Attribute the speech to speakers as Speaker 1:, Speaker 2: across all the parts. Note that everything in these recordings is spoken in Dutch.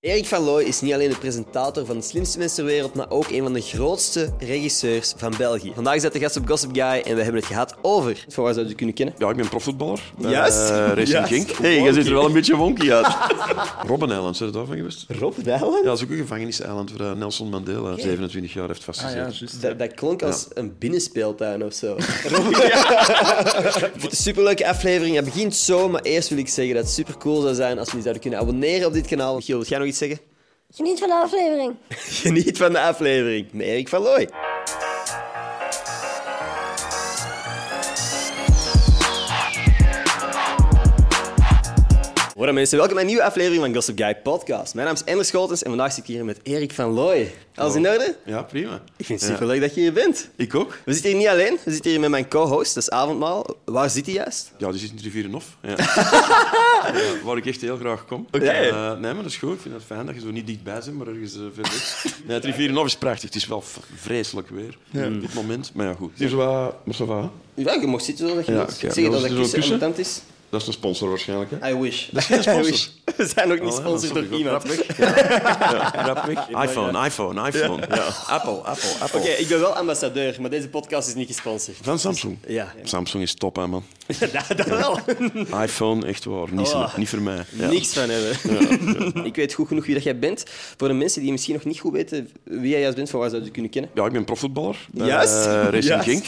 Speaker 1: Erik van Looy is niet alleen de presentator van de slimste mensen ter wereld, maar ook een van de grootste regisseurs van België. Vandaag is hij de gast op Gossip Guy en we hebben het gehad over. Van waar zou je het kunnen kennen?
Speaker 2: Ja, ik ben profvoetballer. bij,
Speaker 1: Juist.
Speaker 2: eh, Racing
Speaker 1: Juist.
Speaker 2: Genk. hey, jij ziet er wel een beetje wonky uit. Robben Island, zijn er daarvan geweest?
Speaker 1: Rob Dijlen?
Speaker 2: Ja, dat is ook een gevangenis-eiland waar eh, Nelson Mandela 27 jaar heeft vastgezeten.
Speaker 1: Dat, dat klonk als een binnenspeeltuin of zo. Ik vind het een superleuke aflevering. Het begint zo, maar eerst wil ik zeggen dat het super cool zou zijn als we je zouden kunnen abonneren op dit kanaal. Michiel, wil jij nog iets zeggen?
Speaker 3: Geniet van de aflevering.
Speaker 1: Geniet van de aflevering met Erik van Looy. Hoi mensen, welkom bij een nieuwe aflevering van Gossip Guy Podcast. Mijn naam is Ender Scholtens en vandaag zit ik hier met Erik van Looy. Alles in orde?
Speaker 2: Ja, prima.
Speaker 1: Ik vind het superleuk dat je hier bent.
Speaker 2: Ik ook.
Speaker 1: We zitten hier niet alleen, we zitten hier met mijn co-host, dat is Avondmaal. Waar zit hij juist?
Speaker 2: Ja, die zit in de Rivierenhof. Ja. Ja, waar ik echt heel graag kom. Eh, nee, maar dat is goed. Ik vind het fijn dat je zo niet dichtbij bent, maar ergens eh, ver weg. Nee, het Rivierenhof is prachtig. Het is wel v- vreselijk weer op dit moment. Maar ja, goed. Het is wel... Maar ça va.
Speaker 1: Ja, je mocht zitten zodat je
Speaker 2: Ja,
Speaker 1: wilt.
Speaker 2: oké.
Speaker 1: Zeg je
Speaker 2: Wil
Speaker 1: dat dat
Speaker 2: je er zo'n
Speaker 1: kussen
Speaker 2: kussen?
Speaker 1: ambetant is?
Speaker 2: Dat is een sponsor waarschijnlijk, hè?
Speaker 1: I wish.
Speaker 2: Dat is geen sponsor.
Speaker 1: I wish. We zijn nog niet
Speaker 2: Oh, ja, dat
Speaker 1: gesponsord
Speaker 2: snap ik
Speaker 1: door
Speaker 2: ook.
Speaker 1: iemand.
Speaker 2: Rap weg. Ja, rap weg. iPhone, iPhone, iPhone. Ja. Apple, Apple, Apple.
Speaker 1: Oké, ik ben wel ambassadeur, maar deze podcast is niet gesponsord.
Speaker 2: Van Samsung.
Speaker 1: Ja,
Speaker 2: Samsung is top, hè, man.
Speaker 1: dat, dat wel.
Speaker 2: iPhone, echt waar. Niet,
Speaker 1: Oh.
Speaker 2: niet voor mij. Ja.
Speaker 1: Niks van hebben. Ik weet goed genoeg wie dat jij bent. Voor de mensen die misschien nog niet goed weten wie jij juist bent, van waar zou je het kunnen kennen?
Speaker 2: Ja, ik ben profvoetballer bij
Speaker 1: Juist.
Speaker 2: eh, Racing
Speaker 1: Juist.
Speaker 2: Genk.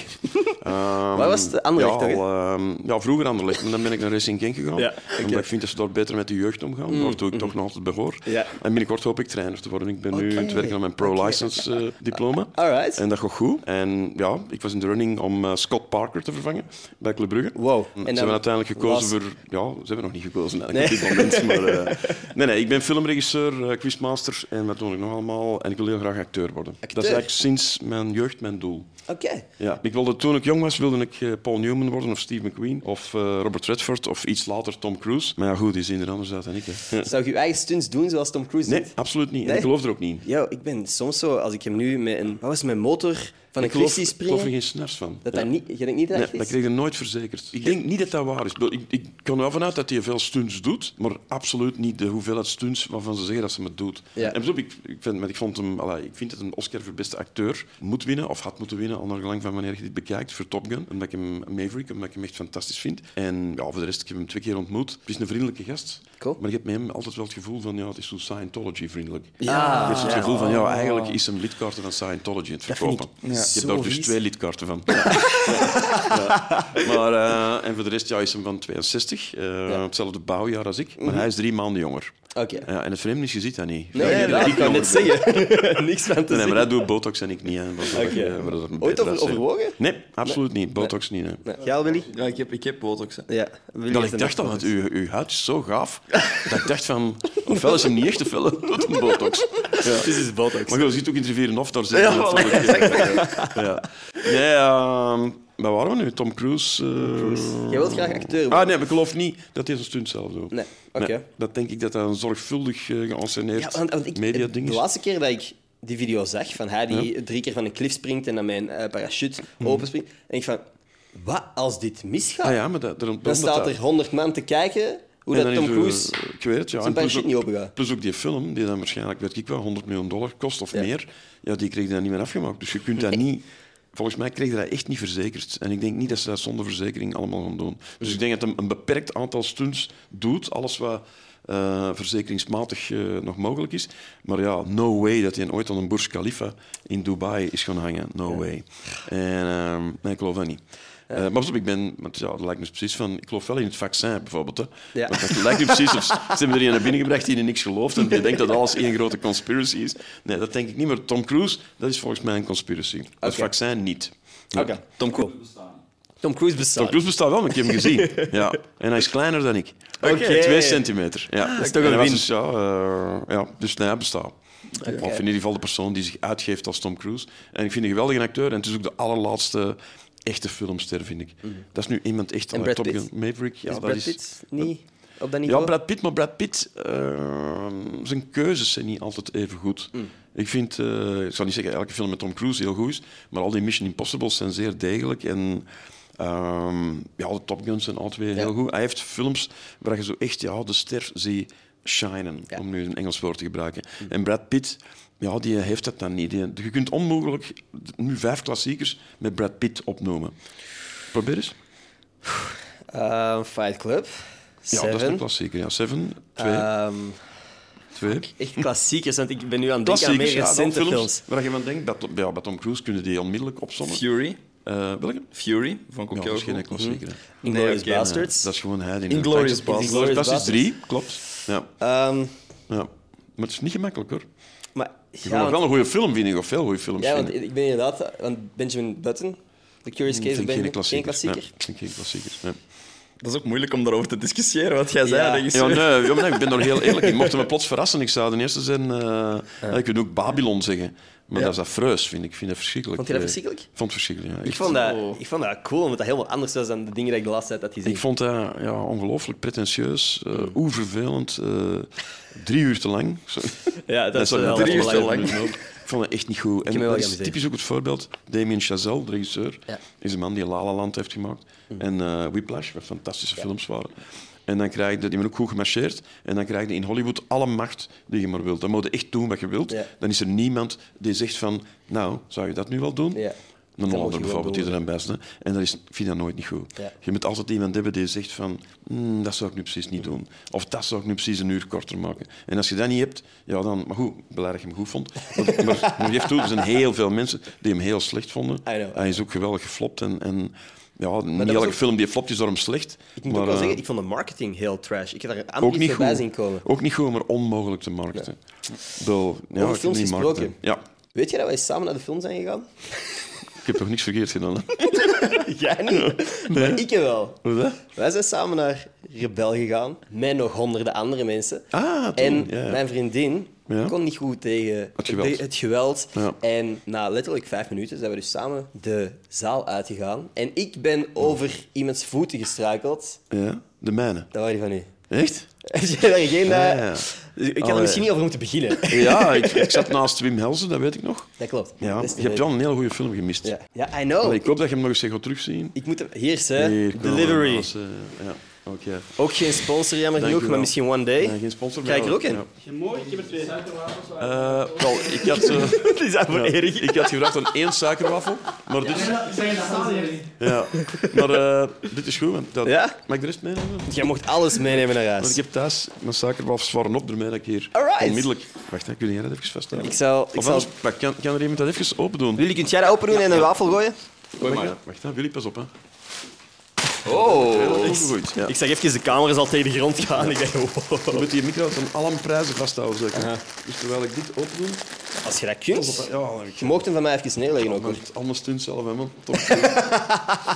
Speaker 2: Ehm,
Speaker 1: Wat was het? Anderlecht,
Speaker 2: Ja,
Speaker 1: toch, hè?
Speaker 2: al, ehm, ja, vroeger Anderlecht, maar dan ben ik naar Racing Genk gegaan.
Speaker 1: Ja, oké. Mm.
Speaker 2: Omdat ik vind dat ze daar beter met de jeugd omgaan, waartoe ik toch nog altijd behoor.
Speaker 1: Ja.
Speaker 2: En binnenkort hoop ik trainer te worden. Ik ben nu aan het werken aan mijn eh, pro-license-diploma.
Speaker 1: Alright.
Speaker 2: En dat gaat goed. En ja, ik was in de running om eh, Scott Parker te vervangen bij Club Brugge.
Speaker 1: Wow.
Speaker 2: En ze
Speaker 1: En dan
Speaker 2: hebben uiteindelijk gekozen
Speaker 1: was-
Speaker 2: voor... Ja, ze hebben nog niet gekozen eigenlijk op dit moment. Maar, eh, nee, nee, ik ben filmregisseur, eh, quizmaster en wat doe ik nog allemaal. En ik wil heel graag acteur worden. Dat is eigenlijk sinds mijn jeugd mijn doel.
Speaker 1: Oké.
Speaker 2: Ja. Ik wilde, toen ik jong was, wilde ik eh, Paul Newman worden of Steve McQueen of eh, Robert Redford of iets later Tom Cruise. Maar ja, goed, die zien er anders uit dan ik. Hè.
Speaker 1: Zou je je eigen stunts doen zoals Tom Cruise
Speaker 2: Nee,
Speaker 1: doet?
Speaker 2: absoluut niet. En
Speaker 1: Nee?
Speaker 2: ik geloof er ook niet in.
Speaker 1: Yo, ik ben soms zo, als ik hem nu met een, wat was het, mijn motor van een
Speaker 2: Ik geloof,
Speaker 1: kwestie
Speaker 2: ik geloof er
Speaker 1: springen,
Speaker 2: geen snaps van.
Speaker 1: dat
Speaker 2: Ja.
Speaker 1: dat niet, je denkt niet dat
Speaker 2: Nee,
Speaker 1: het
Speaker 2: dat
Speaker 1: is?
Speaker 2: kreeg je nooit verzekerd. Ik denk niet dat dat waar is. Ik bedoel, Ik, ik kan er wel vanuit dat hij veel stunts doet, maar absoluut niet de hoeveelheid stunts waarvan ze zeggen dat ze het doet.
Speaker 1: Ja.
Speaker 2: En pas op, ik, ik, vind, maar ik, vond hem, allee, ik vind dat een Oscar voor beste acteur moet winnen, of had moeten winnen, al naar gelang van wanneer je dit bekijkt, voor Top Gun. Omdat ik hem Maverick, omdat ik hem echt fantastisch vind. En ja, voor de rest, ik heb hem twee keer ontmoet. Het is een vriendelijke gast,
Speaker 1: Cool.
Speaker 2: maar ik heb met hem altijd wel het gevoel van, ja, het is zo Scientology-vriendelijk.
Speaker 1: Ja. Oh.
Speaker 2: Je hebt het gevoel van, ja, eigenlijk is hem lidkaarten van Scientology aan het verkopen. Je hebt daar dus
Speaker 1: vies.
Speaker 2: twee lidkaarten van. Maar, eh, en voor de rest ja, is hem van 62, eh, hetzelfde bouwjaar als ik. Maar hij is drie maanden jonger.
Speaker 1: Mhm. Oké.
Speaker 2: Ja, en het vreemde is, je ziet dat niet.
Speaker 1: Nee,
Speaker 2: Ja,
Speaker 1: ja,
Speaker 2: ik denk
Speaker 1: dat
Speaker 2: dat
Speaker 1: ik kan
Speaker 2: jonger
Speaker 1: net
Speaker 2: ben.
Speaker 1: zeggen. Niks van te
Speaker 2: Nee, maar
Speaker 1: zeggen.
Speaker 2: hij doet botox en ik niet. Hè, wat dat- eh, wat dat er
Speaker 1: Ooit
Speaker 2: beter
Speaker 1: over-
Speaker 2: uitziet.
Speaker 1: overwogen?
Speaker 2: Nee, absoluut niet. Botox niet. Hè.
Speaker 1: Nee. Jij al, Willy?
Speaker 4: Ja, ik heb, ik heb botox. hè.
Speaker 1: Ja.
Speaker 2: Dat ik dacht al, want uw, uw huid is zo gaaf. dat ik dacht van, ofwel is hem niet echt, ofwel doet hem botox.
Speaker 1: Dit is botox.
Speaker 2: Maar goed, je ziet ook in het rivieren of daar zit ja, ja. Nee, ehm, waar waren we nu? Tom Cruise. eh,
Speaker 1: Jij wilt graag acteur worden.
Speaker 2: Ah nee, maar ik geloof niet dat hij zijn stunt zelf doet.
Speaker 1: Nee, oké.
Speaker 2: dat denk ik dat hij een zorgvuldig eh geanceneerd
Speaker 1: Ja, want, want ik,
Speaker 2: mediading
Speaker 1: de
Speaker 2: is.
Speaker 1: laatste keer dat ik die video zag, van hij die drie keer van een klif springt en dan mijn eh, parachute openspringt, en ik van, wat als dit misgaat?
Speaker 2: Mhm. Ah ja, maar dat, daarom,
Speaker 1: Dan
Speaker 2: daarom dat
Speaker 1: staat er
Speaker 2: dat-
Speaker 1: honderd man te kijken hoe
Speaker 2: en
Speaker 1: dat Tom
Speaker 2: dan is er-
Speaker 1: Cruise...
Speaker 2: ik weet het, ja.
Speaker 1: zijn
Speaker 2: en plus
Speaker 1: parachute
Speaker 2: ook-
Speaker 1: niet opengaat.
Speaker 2: Plus ook die film, die dan waarschijnlijk, weet ik wel, 100 miljoen dollar kost of meer, ja, die kreeg je dan niet meer afgemaakt. Dus je kunt dat niet... Volgens mij kreeg je dat echt niet verzekerd. En ik denk niet dat ze dat zonder verzekering allemaal gaan doen. Dus ik denk dat een, een beperkt aantal stunts doet, alles wat eh, verzekeringsmatig eh, nog mogelijk is. Maar ja, no way dat hij ooit aan een Burj Khalifa in Dubai is gaan hangen. No way. En ehm, nee, ik geloof dat niet. Eh, maar pas op, ik ben, want ja, dat lijkt me precies van, ik geloof wel in het vaccin bijvoorbeeld. Hè.
Speaker 1: Ja.
Speaker 2: Want het lijkt nu precies of ze hebben er iemand naar binnen gebracht die in niks gelooft en die denkt dat alles één grote conspiracy is. Nee, dat denk ik niet. Maar Tom Cruise, dat is volgens mij een conspiracy. Dat
Speaker 1: Oké.
Speaker 2: vaccin niet.
Speaker 1: Oké, Tom Cruise. Tom Cruise bestaat.
Speaker 2: Tom Cruise bestaat wel, maar ik heb hem gezien. Ja. En hij is kleiner dan ik.
Speaker 1: Oké.
Speaker 2: Twee centimeter. Ja. Dat
Speaker 1: is toch een
Speaker 2: Dus, ja, eh, ja, dus nee, hij bestaat. Of in ieder geval de persoon die zich uitgeeft als Tom Cruise. En ik vind hem een geweldige acteur. En het is ook de allerlaatste echte filmster, vind ik. Dat is nu iemand echt...
Speaker 1: En
Speaker 2: aan
Speaker 1: Brad
Speaker 2: Top
Speaker 1: Pitt?
Speaker 2: Gun Maverick. Ja,
Speaker 1: is
Speaker 2: dat
Speaker 1: Brad
Speaker 2: is...
Speaker 1: Pitt niet op dat
Speaker 2: Ja,
Speaker 1: niveau?
Speaker 2: Brad Pitt, maar Brad Pitt, eh, zijn keuzes zijn niet altijd even goed.
Speaker 1: Mm.
Speaker 2: Ik vind, eh, ik zal niet zeggen elke film met Tom Cruise heel goed is, maar al die Mission Impossibles zijn zeer degelijk. En ehm, ja, de Top Guns zijn alle twee heel goed. Hij heeft films waar je zo echt ja, de ster ziet shinen, om nu een Engels woord te gebruiken.
Speaker 1: Mm.
Speaker 2: En Brad Pitt, ja, die heeft dat dan niet. Die- je kunt onmogelijk nu vijf klassiekers met Brad Pitt opnoemen. Probeer eens.
Speaker 1: Ehm, Fight Club.
Speaker 2: Ja,
Speaker 1: Seven.
Speaker 2: dat is een klassieker. Ja. Seven, twee,
Speaker 1: Ehm,
Speaker 2: twee.
Speaker 1: echt klassiekers, want ik ben nu aan het denken aan
Speaker 2: Klassiekers,
Speaker 1: meer
Speaker 2: ja, dan
Speaker 1: recente films.
Speaker 2: Waar je van denkt, dat, ja, bij Tom Cruise kunnen die onmiddellijk opzommen.
Speaker 4: Fury.
Speaker 2: Eh, welke?
Speaker 4: Fury, van
Speaker 2: Ja,
Speaker 4: Kokyo.
Speaker 2: dat is geen klassieker. hè.
Speaker 1: Inglourious
Speaker 4: oké, nee.
Speaker 1: Bastards.
Speaker 2: Dat is gewoon hij. die-
Speaker 4: Inglourious
Speaker 2: Dat is-
Speaker 1: Basterds.
Speaker 2: Dat is drie, klopt. Ja.
Speaker 1: Ehm,
Speaker 2: ja. Maar het is niet gemakkelijk hoor.
Speaker 1: maar
Speaker 2: Je
Speaker 1: ja,
Speaker 2: ja,
Speaker 1: want-
Speaker 2: wel een goede film, vind ik, of veel goede films.
Speaker 1: ja,
Speaker 2: vinden.
Speaker 1: want ik ben inderdaad... Want Benjamin Button, The Curious
Speaker 2: Ik
Speaker 1: Case of
Speaker 2: Mm, vind
Speaker 1: Benjamin... Geen
Speaker 2: geen klassieker.
Speaker 1: klassieker?
Speaker 2: Nee, ik vind geen klassiekers. nee.
Speaker 4: Dat is ook moeilijk om daarover te discussiëren, wat jij
Speaker 1: Ja.
Speaker 4: zei.
Speaker 2: Ja,
Speaker 4: regisseur.
Speaker 2: nee, ja, maar nee, ik ben nog heel eerlijk. Ik mocht me plots verrassen. Ik zou de eerste zijn. eh, ja, Ik wil ook Babylon zeggen. Maar dat is afreus, vind ik. Ik vind dat verschrikkelijk.
Speaker 1: Vond je dat
Speaker 2: Eh,
Speaker 1: verschrikkelijk?
Speaker 2: Ik vond het verschrikkelijk, ja.
Speaker 1: Ik vond, dat, ik vond dat cool, omdat dat helemaal anders was dan de dingen die ik de laatste tijd had gezien.
Speaker 2: Oh.
Speaker 1: Hmm.
Speaker 2: Ik vond dat ja, ongelooflijk pretentieus, eh oervervelend, eh, drie uur te lang. Zo-
Speaker 1: Ja, dat is
Speaker 2: zou-
Speaker 1: wel
Speaker 4: drie uur te
Speaker 1: belangrijk.
Speaker 4: lang.
Speaker 2: Ik vond dat echt niet goed. En
Speaker 1: heb me wel
Speaker 2: dat is
Speaker 1: geamuseerd.
Speaker 2: typisch ook het voorbeeld. Damien Chazelle, de regisseur,
Speaker 1: Ja. Hmm.
Speaker 2: is een man die La La Land heeft gemaakt. En eh Whiplash, wat fantastische films waren. En dan krijg je, die hebben ook goed gemarcheerd. En dan krijg je in Hollywood alle macht die je maar wilt. Dan moet je echt doen wat je wilt.
Speaker 1: Ja.
Speaker 2: Dan is er niemand die zegt van, nou, zou je dat nu wel doen?
Speaker 1: Ja.
Speaker 2: Een
Speaker 1: moet je
Speaker 2: Hollander
Speaker 1: wel
Speaker 2: bijvoorbeeld, die
Speaker 1: doen.
Speaker 2: er aan bijst. hè. En dat is, ik vind dat nooit niet goed.
Speaker 1: Ja.
Speaker 2: Je moet altijd iemand hebben die zegt van, "Hmm, dat zou ik nu precies niet doen. Of dat zou ik nu precies een uur korter maken. En als je dat niet hebt, ja dan... Maar goed, blij dat je hem goed vond. Maar, maar, maar geef toe, er zijn heel veel mensen die hem heel slecht vonden.
Speaker 1: know, I
Speaker 2: Hij is ook geweldig geflopt en... en ja, niet
Speaker 1: was
Speaker 2: elke
Speaker 1: ook-
Speaker 2: film die flopt is daarom slecht.
Speaker 1: Ik moet
Speaker 2: maar,
Speaker 1: ook wel
Speaker 2: eh,
Speaker 1: zeggen, ik vond de marketing heel trash. Ik heb daar amper
Speaker 2: ook
Speaker 1: iets
Speaker 2: niet
Speaker 1: voorbij
Speaker 2: goed.
Speaker 1: zien komen.
Speaker 2: Ook niet goed, maar onmogelijk te markten. Wel, ja,
Speaker 1: Over
Speaker 2: ik
Speaker 1: films
Speaker 2: niet
Speaker 1: gesproken.
Speaker 2: markten. Ja,
Speaker 1: Weet je dat wij samen naar de film zijn gegaan?
Speaker 2: ik heb toch niks verkeerd gedaan. hè?
Speaker 1: Jij niet? Maar ik wel.
Speaker 2: Hoe is dat?
Speaker 1: Wij zijn samen naar Rebel gegaan, met nog honderden andere mensen.
Speaker 2: Ah, toen,
Speaker 1: en
Speaker 2: ja, ja.
Speaker 1: mijn vriendin
Speaker 2: Ja.
Speaker 1: kon niet goed tegen
Speaker 2: Het geweld.
Speaker 1: de- het geweld.
Speaker 2: Ja.
Speaker 1: En na letterlijk vijf minuten zijn we dus samen de zaal uitgegaan. En ik ben over iemands voeten gestruikeld.
Speaker 2: Ja, de mijne.
Speaker 1: Dat waren die van u.
Speaker 2: Echt?
Speaker 1: Heb jij daar geen... eh,
Speaker 2: Ja.
Speaker 1: Ik had er
Speaker 2: Allee.
Speaker 1: misschien niet over moeten beginnen.
Speaker 2: Ja, ik, ik zat naast Wim Helsen, dat weet ik nog.
Speaker 1: Dat klopt.
Speaker 2: Ja,
Speaker 1: Dat is te
Speaker 2: je hebt
Speaker 1: weten.
Speaker 2: wel een heel goede film gemist.
Speaker 1: Ja, ja I know.
Speaker 2: Allee, ik hoop dat je hem nog eens gaat terugzien.
Speaker 1: Ik moet hem... Hier is hè.
Speaker 2: Hier komen we
Speaker 1: Delivery.
Speaker 2: naast, eh, ja, oké.
Speaker 1: Ook geen sponsor, jammer
Speaker 2: Dank
Speaker 1: genoeg,
Speaker 2: u
Speaker 1: maar
Speaker 2: wel.
Speaker 1: misschien one day.
Speaker 2: Ja, geen sponsor
Speaker 1: Kijk
Speaker 2: meer.
Speaker 1: er ook in.
Speaker 2: Ja.
Speaker 5: Mooi, ik heb er twee.
Speaker 2: Eh, wel, ik had, eh,
Speaker 1: Dat is aan voor
Speaker 2: ja,
Speaker 1: Erik.
Speaker 2: ik had gevraagd aan één suikerwafel, maar dit is,
Speaker 5: Ik zeg het staan hier.
Speaker 2: ja. maar, eh, dit is goed. want Dat,
Speaker 1: Ja?
Speaker 2: Mag ik de rest meenemen?
Speaker 1: Jij mocht alles meenemen naar
Speaker 2: Want
Speaker 1: huis.
Speaker 2: ik heb thuis mijn suikerwafels zwaren op, daarmee dat ik hier
Speaker 1: Alright.
Speaker 2: onmiddellijk... Wacht, hè, kun jij dat even vasthouden?
Speaker 1: Ik zal- ik
Speaker 2: Of
Speaker 1: zal-
Speaker 2: anders, pak, kan, kan er iemand dat even open doen?
Speaker 1: Jullie, kunt jij dat open doen en een wafel gooien?
Speaker 2: Gooi maar. Wacht, hè, Willy, pas op. Hè.
Speaker 1: Oh.
Speaker 2: Heel goed. Ja.
Speaker 1: Ik zag even de camera's al tegen de grond gaan. Ik dacht, wow.
Speaker 2: Je moet die micro aan alle prijzen vasthouden, zeker. Dus terwijl ik dit opdoe,
Speaker 1: Als je dat kunt,
Speaker 2: ja, dan heb ik
Speaker 1: je mocht hem van mij even neerleggen ook. hoor.
Speaker 2: maar het allemaal stunt zelf, hè, man. Top.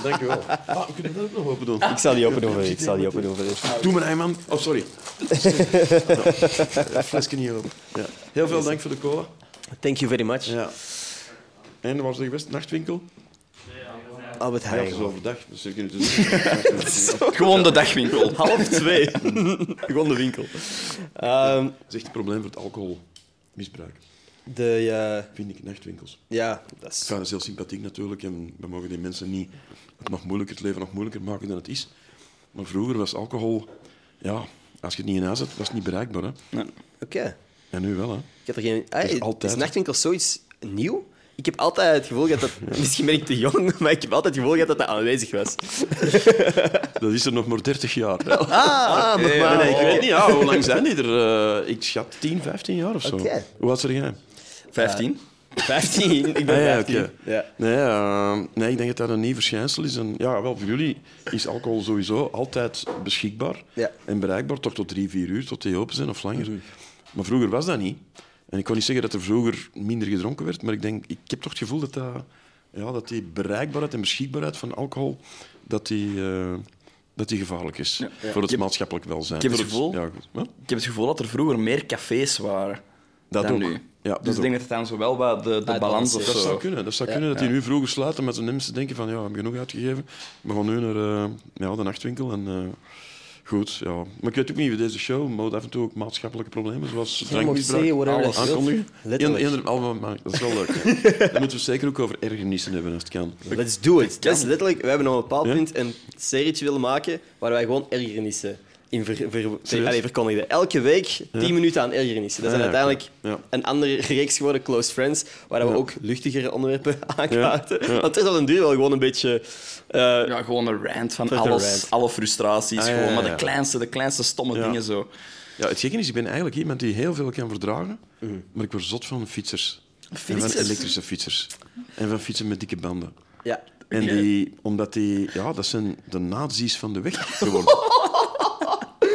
Speaker 2: Dankjewel. Ah, we kunnen dat ook nog open doen.
Speaker 1: Ik zal die open doen voor u. Ik zal die open doen voor u.
Speaker 2: Doe maar, hè, man. Oh, sorry. Ja, flesje niet open. Ja. Heel veel dank voor de cola.
Speaker 1: Thank you very much.
Speaker 2: Ja. En waar was je geweest? Nachtwinkel?
Speaker 1: Albert
Speaker 2: Ja, het
Speaker 1: Heijn.
Speaker 2: is overdag, dus je kunt het doen.
Speaker 4: Gewoon de dagwinkel.
Speaker 1: Half twee. Gewoon de winkel. Ehm,
Speaker 2: Dat is echt een probleem voor het alcoholmisbruik,
Speaker 1: de, eh,
Speaker 2: vind ik, nachtwinkels.
Speaker 1: ja, dat is...
Speaker 2: Ja, dat is heel sympathiek natuurlijk. En we mogen die mensen niet het, nog moeilijker, het leven nog moeilijker maken dan het is. Maar vroeger was alcohol... Ja, als je het niet in huis had, was het niet bereikbaar. Hè?
Speaker 1: Oké.
Speaker 2: En nu wel, hè.
Speaker 1: Ik heb er geen... Ah,
Speaker 2: is
Speaker 1: is,
Speaker 2: altijd-
Speaker 1: nachtwinkel zoiets nieuw? Ik heb altijd het gevoel gehad dat... Misschien ben ik te jong, maar ik heb altijd het gevoel gehad dat dat aanwezig was.
Speaker 2: Dat is er nog maar 30 jaar. hè.
Speaker 1: Ah, nog maar.
Speaker 2: Nee, ik weet niet. Ja, hoe lang zijn die er? Eh, ik schat 10, 15 jaar of zo.
Speaker 1: Oké.
Speaker 2: Hoe oud zijn jij?
Speaker 4: 15.
Speaker 1: 15. Ik ben
Speaker 2: Ah,
Speaker 1: 15.
Speaker 2: oké.
Speaker 1: Ja.
Speaker 2: Nee, eh, nee, ik denk dat dat een nieuw verschijnsel is. En, ja, wel, voor jullie is alcohol sowieso altijd beschikbaar
Speaker 1: Ja.
Speaker 2: en bereikbaar, toch tot drie, vier uur, tot die open zijn of langer. Maar vroeger was dat niet. En ik kan niet zeggen dat er vroeger minder gedronken werd, maar ik denk, ik heb toch het gevoel dat, dat, ja, dat die bereikbaarheid en beschikbaarheid van alcohol, dat die, eh, dat die gevaarlijk is voor het
Speaker 4: Ik heb-
Speaker 2: maatschappelijk welzijn.
Speaker 4: ik heb het
Speaker 2: Voor
Speaker 4: gevoel-
Speaker 2: Ja, goed. Wat?
Speaker 4: Ik heb het gevoel dat er vroeger meer cafés waren
Speaker 2: Dat
Speaker 4: dan
Speaker 2: ook.
Speaker 4: nu.
Speaker 2: Ja, dat
Speaker 4: dus ik denk dat het dan zowel wat de, de balans of
Speaker 2: Dat zou
Speaker 4: zo...
Speaker 2: kunnen. Dat zou kunnen dat die nu vroeger sluiten met de mensen denken van ja, we hebben genoeg uitgegeven. We gaan nu naar eh, ja, de nachtwinkel en eh, goed, ja. Maar ik weet ook niet, deze show moet af en toe ook maatschappelijke problemen zoals
Speaker 1: zeggen
Speaker 2: drankmisbruik
Speaker 1: whatever
Speaker 2: alles
Speaker 1: dat je wilt.
Speaker 2: aankondigen.
Speaker 1: Letterlijk.
Speaker 2: Eender- allemaal, maar dat is wel leuk. hè. Daar moeten we zeker ook over ergernissen hebben als het kan.
Speaker 1: Let's do it. Dat is letterlijk, we hebben op een bepaald
Speaker 2: Ja?
Speaker 1: punt een serietje willen maken waar wij gewoon ergernissen in ver, ver,
Speaker 2: Serieus?
Speaker 1: allee, verkondigde. Elke week 10 minuten aan ergernissen. Dat zijn
Speaker 2: Ah, ja,
Speaker 1: uiteindelijk
Speaker 2: oké. Ja.
Speaker 1: een andere reeks geworden, Close Friends, waar we
Speaker 2: Ja.
Speaker 1: ook luchtigere onderwerpen aankaarten.
Speaker 2: Ja.
Speaker 1: Want het is al een duur wel gewoon een beetje... eh,
Speaker 4: Ja, gewoon een rant van
Speaker 1: Fucking
Speaker 4: alles,
Speaker 1: rant.
Speaker 4: alle frustraties,
Speaker 2: Ah, ja,
Speaker 4: gewoon, maar
Speaker 2: ja.
Speaker 4: de kleinste, de kleinste stomme
Speaker 2: Ja.
Speaker 4: dingen zo.
Speaker 2: Ja, het gekke is, ik ben eigenlijk iemand die heel veel kan verdragen,
Speaker 1: Mm.
Speaker 2: maar ik word zot van fietsers. En van
Speaker 4: Fietsers?
Speaker 2: elektrische fietsers. En van fietsen met dikke banden.
Speaker 1: ja.
Speaker 2: En die, omdat die, ja, dat zijn de nazi's van de weg geworden.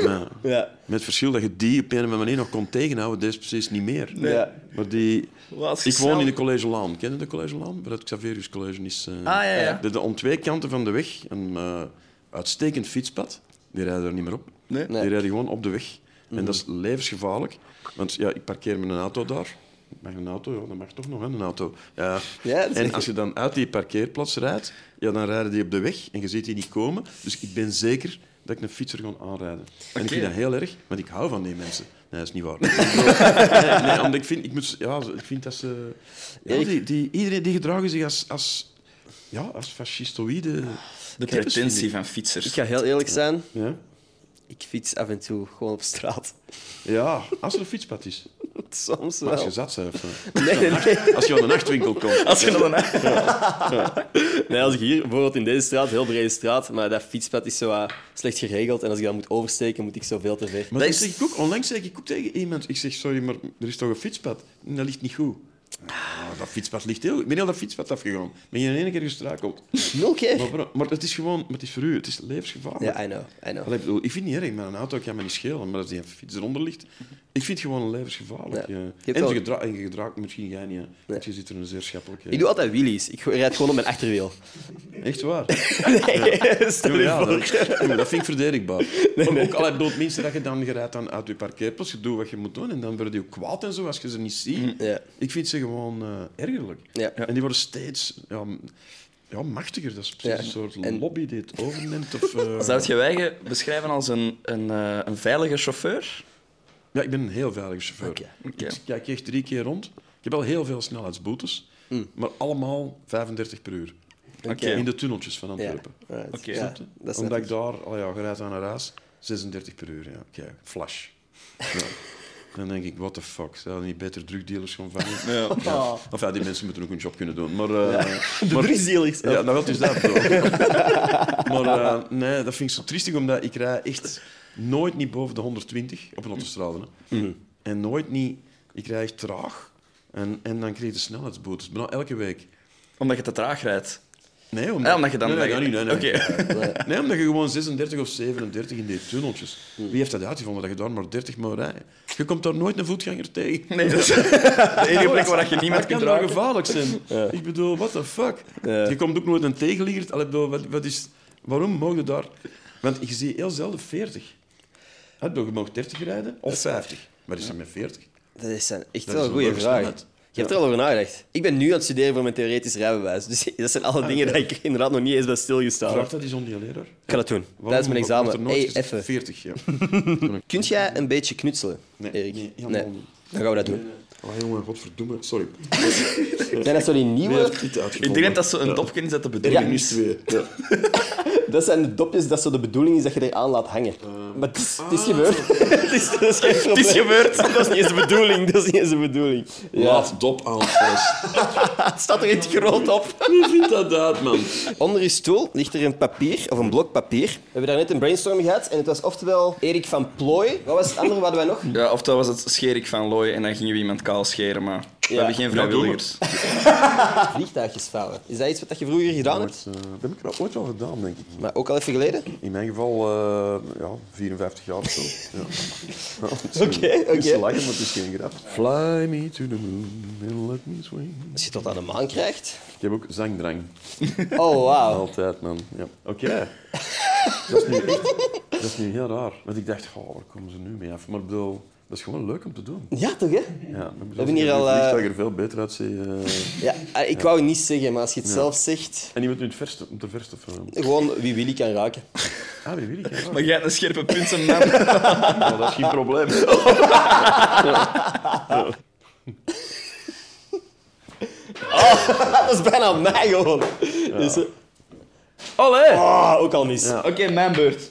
Speaker 2: Ja.
Speaker 1: Ja.
Speaker 2: Met het verschil dat je die op een of andere manier nog kon tegenhouden, deze precies niet meer.
Speaker 1: Ja.
Speaker 2: Maar die...
Speaker 4: Wat is
Speaker 2: Ik woon
Speaker 4: snel-
Speaker 2: in de College Laan. Ken je de College Laan? Waar het Xaverius College is. eh,
Speaker 4: Ah, ja, ja.
Speaker 2: De, de, om twee kanten van de weg een eh, uitstekend fietspad. Die rijden er niet meer op.
Speaker 4: Nee.
Speaker 1: Nee. Mhm.
Speaker 2: Die rijden gewoon op de weg. En dat is levensgevaarlijk. Want ja, ik parkeer mijn auto daar. Ik Mag een auto? Ja, dat mag toch nog, hè, een auto. Ja.
Speaker 1: Ja, dat is
Speaker 2: en
Speaker 1: echt-
Speaker 2: als je dan uit die parkeerplaats rijdt, ja, dan rijden die op de weg en je ziet die niet komen. Dus ik ben zeker dat ik een fietser ga aanrijden. En ik vind dat heel erg, want ik hou van die mensen. Nee, dat is niet waar. nee, nee, omdat ik vind, ik moet, ja, ik vind dat ze... Ja, die, die, iedereen die gedragen zich als, als, ja, als fascistoïde...
Speaker 4: de
Speaker 2: types,
Speaker 4: pretentie
Speaker 2: vind ik.
Speaker 4: van fietsers.
Speaker 1: Ik ga heel eerlijk zijn,
Speaker 2: Ja?
Speaker 1: ik fiets af en toe gewoon op straat.
Speaker 2: ja, als er een fietspad is.
Speaker 1: Soms
Speaker 2: Maar als je
Speaker 1: wel.
Speaker 2: zat bent. of, eh,
Speaker 1: Nee, nee, nee.
Speaker 2: Als je aan de nachtwinkel komt.
Speaker 4: Als je dan een...
Speaker 1: Nee, als ik hier, bijvoorbeeld in deze straat, heel brede straat, maar dat fietspad is zo wat slecht geregeld. En als ik dat moet oversteken, moet ik zoveel te ver.
Speaker 2: Maar
Speaker 4: Dat
Speaker 2: dat
Speaker 4: is-
Speaker 2: zeg ik ook, onlangs zei ik ook tegen iemand, ik zeg, sorry, maar er is toch een fietspad? En dat ligt niet goed. Ah, dat fietspad ligt heel... Ik ben heel dat fietspad afgegaan. Ben je in één keer gestruikeld.
Speaker 1: Nul keer.
Speaker 2: Maar, bro, maar het is gewoon... Maar het is voor u, het is levensgevaarlijk.
Speaker 1: Ja, I know, I know.
Speaker 2: Allee, ik, bedoel, ik vind het niet erg, maar een auto kan me niet schelen. Maar als die fiets eronder ligt... Ik vind het gewoon een levensgevaarlijk.
Speaker 1: Ja.
Speaker 2: ja.
Speaker 1: Je hebt
Speaker 2: En,
Speaker 1: wel-
Speaker 2: je gedra- en je gedraagt misschien jij niet, hè. want je zit er een zeer schappelijk...
Speaker 1: Ik doe altijd wheelies. Ik rijd gewoon op mijn achterwiel.
Speaker 2: Echt waar.
Speaker 1: Nee,
Speaker 2: Ja,
Speaker 1: stel je
Speaker 2: ja,
Speaker 1: voor.
Speaker 2: dat, ja, dat vind ik verdedigbaar. Maar Ook al heb je het minste dat je dan gerijdt dan uit je parkeerplaats, je doet wat je moet doen en dan word je ook kwaad en zo als je ze niet ziet.
Speaker 1: Mm, Ja.
Speaker 2: Ik vind ze gewoon eh, ergerlijk.
Speaker 1: Ja.
Speaker 2: En die worden steeds ja, m- ja, machtiger. Dat is precies
Speaker 1: Ja.
Speaker 2: een soort
Speaker 1: En-
Speaker 2: lobby die het overneemt. Of, eh,
Speaker 4: Zou je Wijgen beschrijven als een, een, eh, een veilige chauffeur?
Speaker 2: Ja, ik ben een heel veilige chauffeur.
Speaker 4: Oké.
Speaker 2: Ik kijk echt drie keer rond. Ik heb al heel veel snelheidsboetes,
Speaker 1: Mm.
Speaker 2: maar allemaal 35 per uur.
Speaker 4: Oké.
Speaker 2: In de tunneltjes van
Speaker 1: Ja,
Speaker 2: Antwerpen.
Speaker 1: alright.
Speaker 4: Oké.
Speaker 1: Ja,
Speaker 2: Snap je?
Speaker 1: dat is
Speaker 2: Omdat ik
Speaker 1: net-
Speaker 2: daar, oh ja, gereisd aan een raas, 36 per uur. Ja. Oké, flash. Ja. Dan denk ik, what the fuck, zouden niet beter drugdealers gaan vangen? Ja. Of ja, die mensen moeten ook een job kunnen doen. Maar, eh,
Speaker 1: De
Speaker 2: maar-
Speaker 1: drugsdealers.
Speaker 2: ja, nou wel, dus dat. bedoel ik. maar eh, nee, dat vind ik zo triestig, omdat ik rij echt nooit niet boven de 120 op een autostrade. Hè. En nooit niet... Ik rij echt traag. En, en dan krijg je snelheidsboetes. Bijna elke week.
Speaker 4: Omdat je te traag rijdt.
Speaker 2: Nee, omdat,
Speaker 4: Ja, Ah, omdat je dan...
Speaker 2: Nee, dat kan niet. Nee, nee.
Speaker 4: Oké.
Speaker 2: Nee, omdat je gewoon 36 of 37 in die tunneltjes. Wie heeft dat uitgevonden dat je daar maar 30 mag rijden? Je komt daar nooit een voetganger tegen.
Speaker 4: Nee, dat is de enige plek waar je niemand
Speaker 2: Dat
Speaker 4: kunt
Speaker 2: kan daar
Speaker 4: raken.
Speaker 2: gevaarlijk zijn. Ik bedoel, what the fuck? Je komt ook nooit een tegenligger. Allee, ik bedoel, wat, wat is, waarom mogen je daar... Want je ziet heel zelden 40. Hè, bedoel, Je mag 30 rijden of 50. Maar is dat met 40?
Speaker 1: Dat is een, echt
Speaker 2: Dat
Speaker 1: wel
Speaker 2: is
Speaker 1: een
Speaker 2: een
Speaker 1: goede
Speaker 2: leuke
Speaker 1: vraag.
Speaker 2: snelheid.
Speaker 1: Je hebt er al over nagedacht. Ik ben nu aan het studeren voor mijn theoretisch rijbewijs. Dus dat zijn
Speaker 2: Ah,
Speaker 1: alle dingen die ik inderdaad nog niet eens bij stilgestaan
Speaker 2: Vraag
Speaker 1: heb.
Speaker 2: dat eens aan die leraar.
Speaker 1: Ik ga dat doen.
Speaker 2: Waarom
Speaker 1: Tijdens Ah. mijn
Speaker 2: wordt er
Speaker 1: examen.
Speaker 2: nooit
Speaker 1: Hey,
Speaker 2: gezegd
Speaker 1: effe.
Speaker 2: 40, ja.
Speaker 1: Kun jij een beetje knutselen,
Speaker 2: Nee,
Speaker 1: Erik?
Speaker 2: nee, helemaal niet.
Speaker 1: Dan gaan we dat doen.
Speaker 2: Oh, jongen, godverdomme. Sorry.
Speaker 1: Zijn dat zo die
Speaker 2: Wie heeft
Speaker 1: nieuwe...
Speaker 2: dit uitgevonden?
Speaker 4: Ik denk dat ze een dopje is dat de bedoeling
Speaker 2: Ergernis
Speaker 4: is.
Speaker 2: twee. Ja.
Speaker 1: Dat zijn de dopjes dat zo de bedoeling is dat je er aan laat hangen.
Speaker 2: Eh,
Speaker 1: Maar het is, het
Speaker 2: ah.
Speaker 1: is gebeurd. het, is, dat is geen probleem.
Speaker 4: Het is gebeurd.
Speaker 1: Dat is niet eens de bedoeling. Dat is niet eens de bedoeling. Ja,
Speaker 2: Laat dop aan, Kees.
Speaker 1: het staat er in het groot op.
Speaker 2: Wie vindt dat uit, man?
Speaker 1: Onder je stoel ligt er een papier, of een blok papier. We hebben daar net een brainstorm gehad en het was oftewel Erik van Plooy. Wat was het andere? Wat hadden wij nog?
Speaker 4: Ja, of dat was het scherik van looi en dan gingen we iemand kaal scheren, maar we hebben geen vrijwilligers.
Speaker 1: Vliegtuigjes vouwen. Is dat iets wat je vroeger gedaan hebt?
Speaker 2: dat heb eh, ik nou ooit wel gedaan, denk ik.
Speaker 1: Maar ook al even geleden?
Speaker 2: In mijn geval, eh, ja, 54 jaar of zo. Ja.
Speaker 1: Oké, oké.
Speaker 2: Het is lachen, maar het is geen grap. Fly me to the moon and let me swing.
Speaker 1: Als je tot aan de maan krijgt.
Speaker 2: Ik heb ook zangdrang.
Speaker 1: Oh, wauw.
Speaker 2: Altijd, man. Ja. Ah. Oké. dat, is nu echt- dat is nu heel raar. Want ik dacht, oh, waar komen ze nu mee af? Maar ik bedoel, dat is gewoon leuk om te doen.
Speaker 1: Ja, toch, hè?
Speaker 2: Ja, ik bedoel,
Speaker 1: hebben
Speaker 2: als ik
Speaker 1: hier
Speaker 2: op
Speaker 1: al,
Speaker 2: een
Speaker 1: eh,
Speaker 2: vliegtuig er veel beter uitzien.
Speaker 1: Ja, eh, ik wou het niet zeggen, maar als je het zelf zegt...
Speaker 2: En iemand nu het verste, om te verste van.
Speaker 1: Gewoon wie Willy kan raken.
Speaker 2: Ah, wie wil ik? Ja,
Speaker 4: Maar jij hebt een scherpe punten, man.
Speaker 2: Nou, dat is geen probleem.
Speaker 1: Ah, Dat is bijna op mij gewoon. Dus, eh,
Speaker 4: Olé!
Speaker 1: Ah, ook al mis.
Speaker 4: Oké, mijn beurt.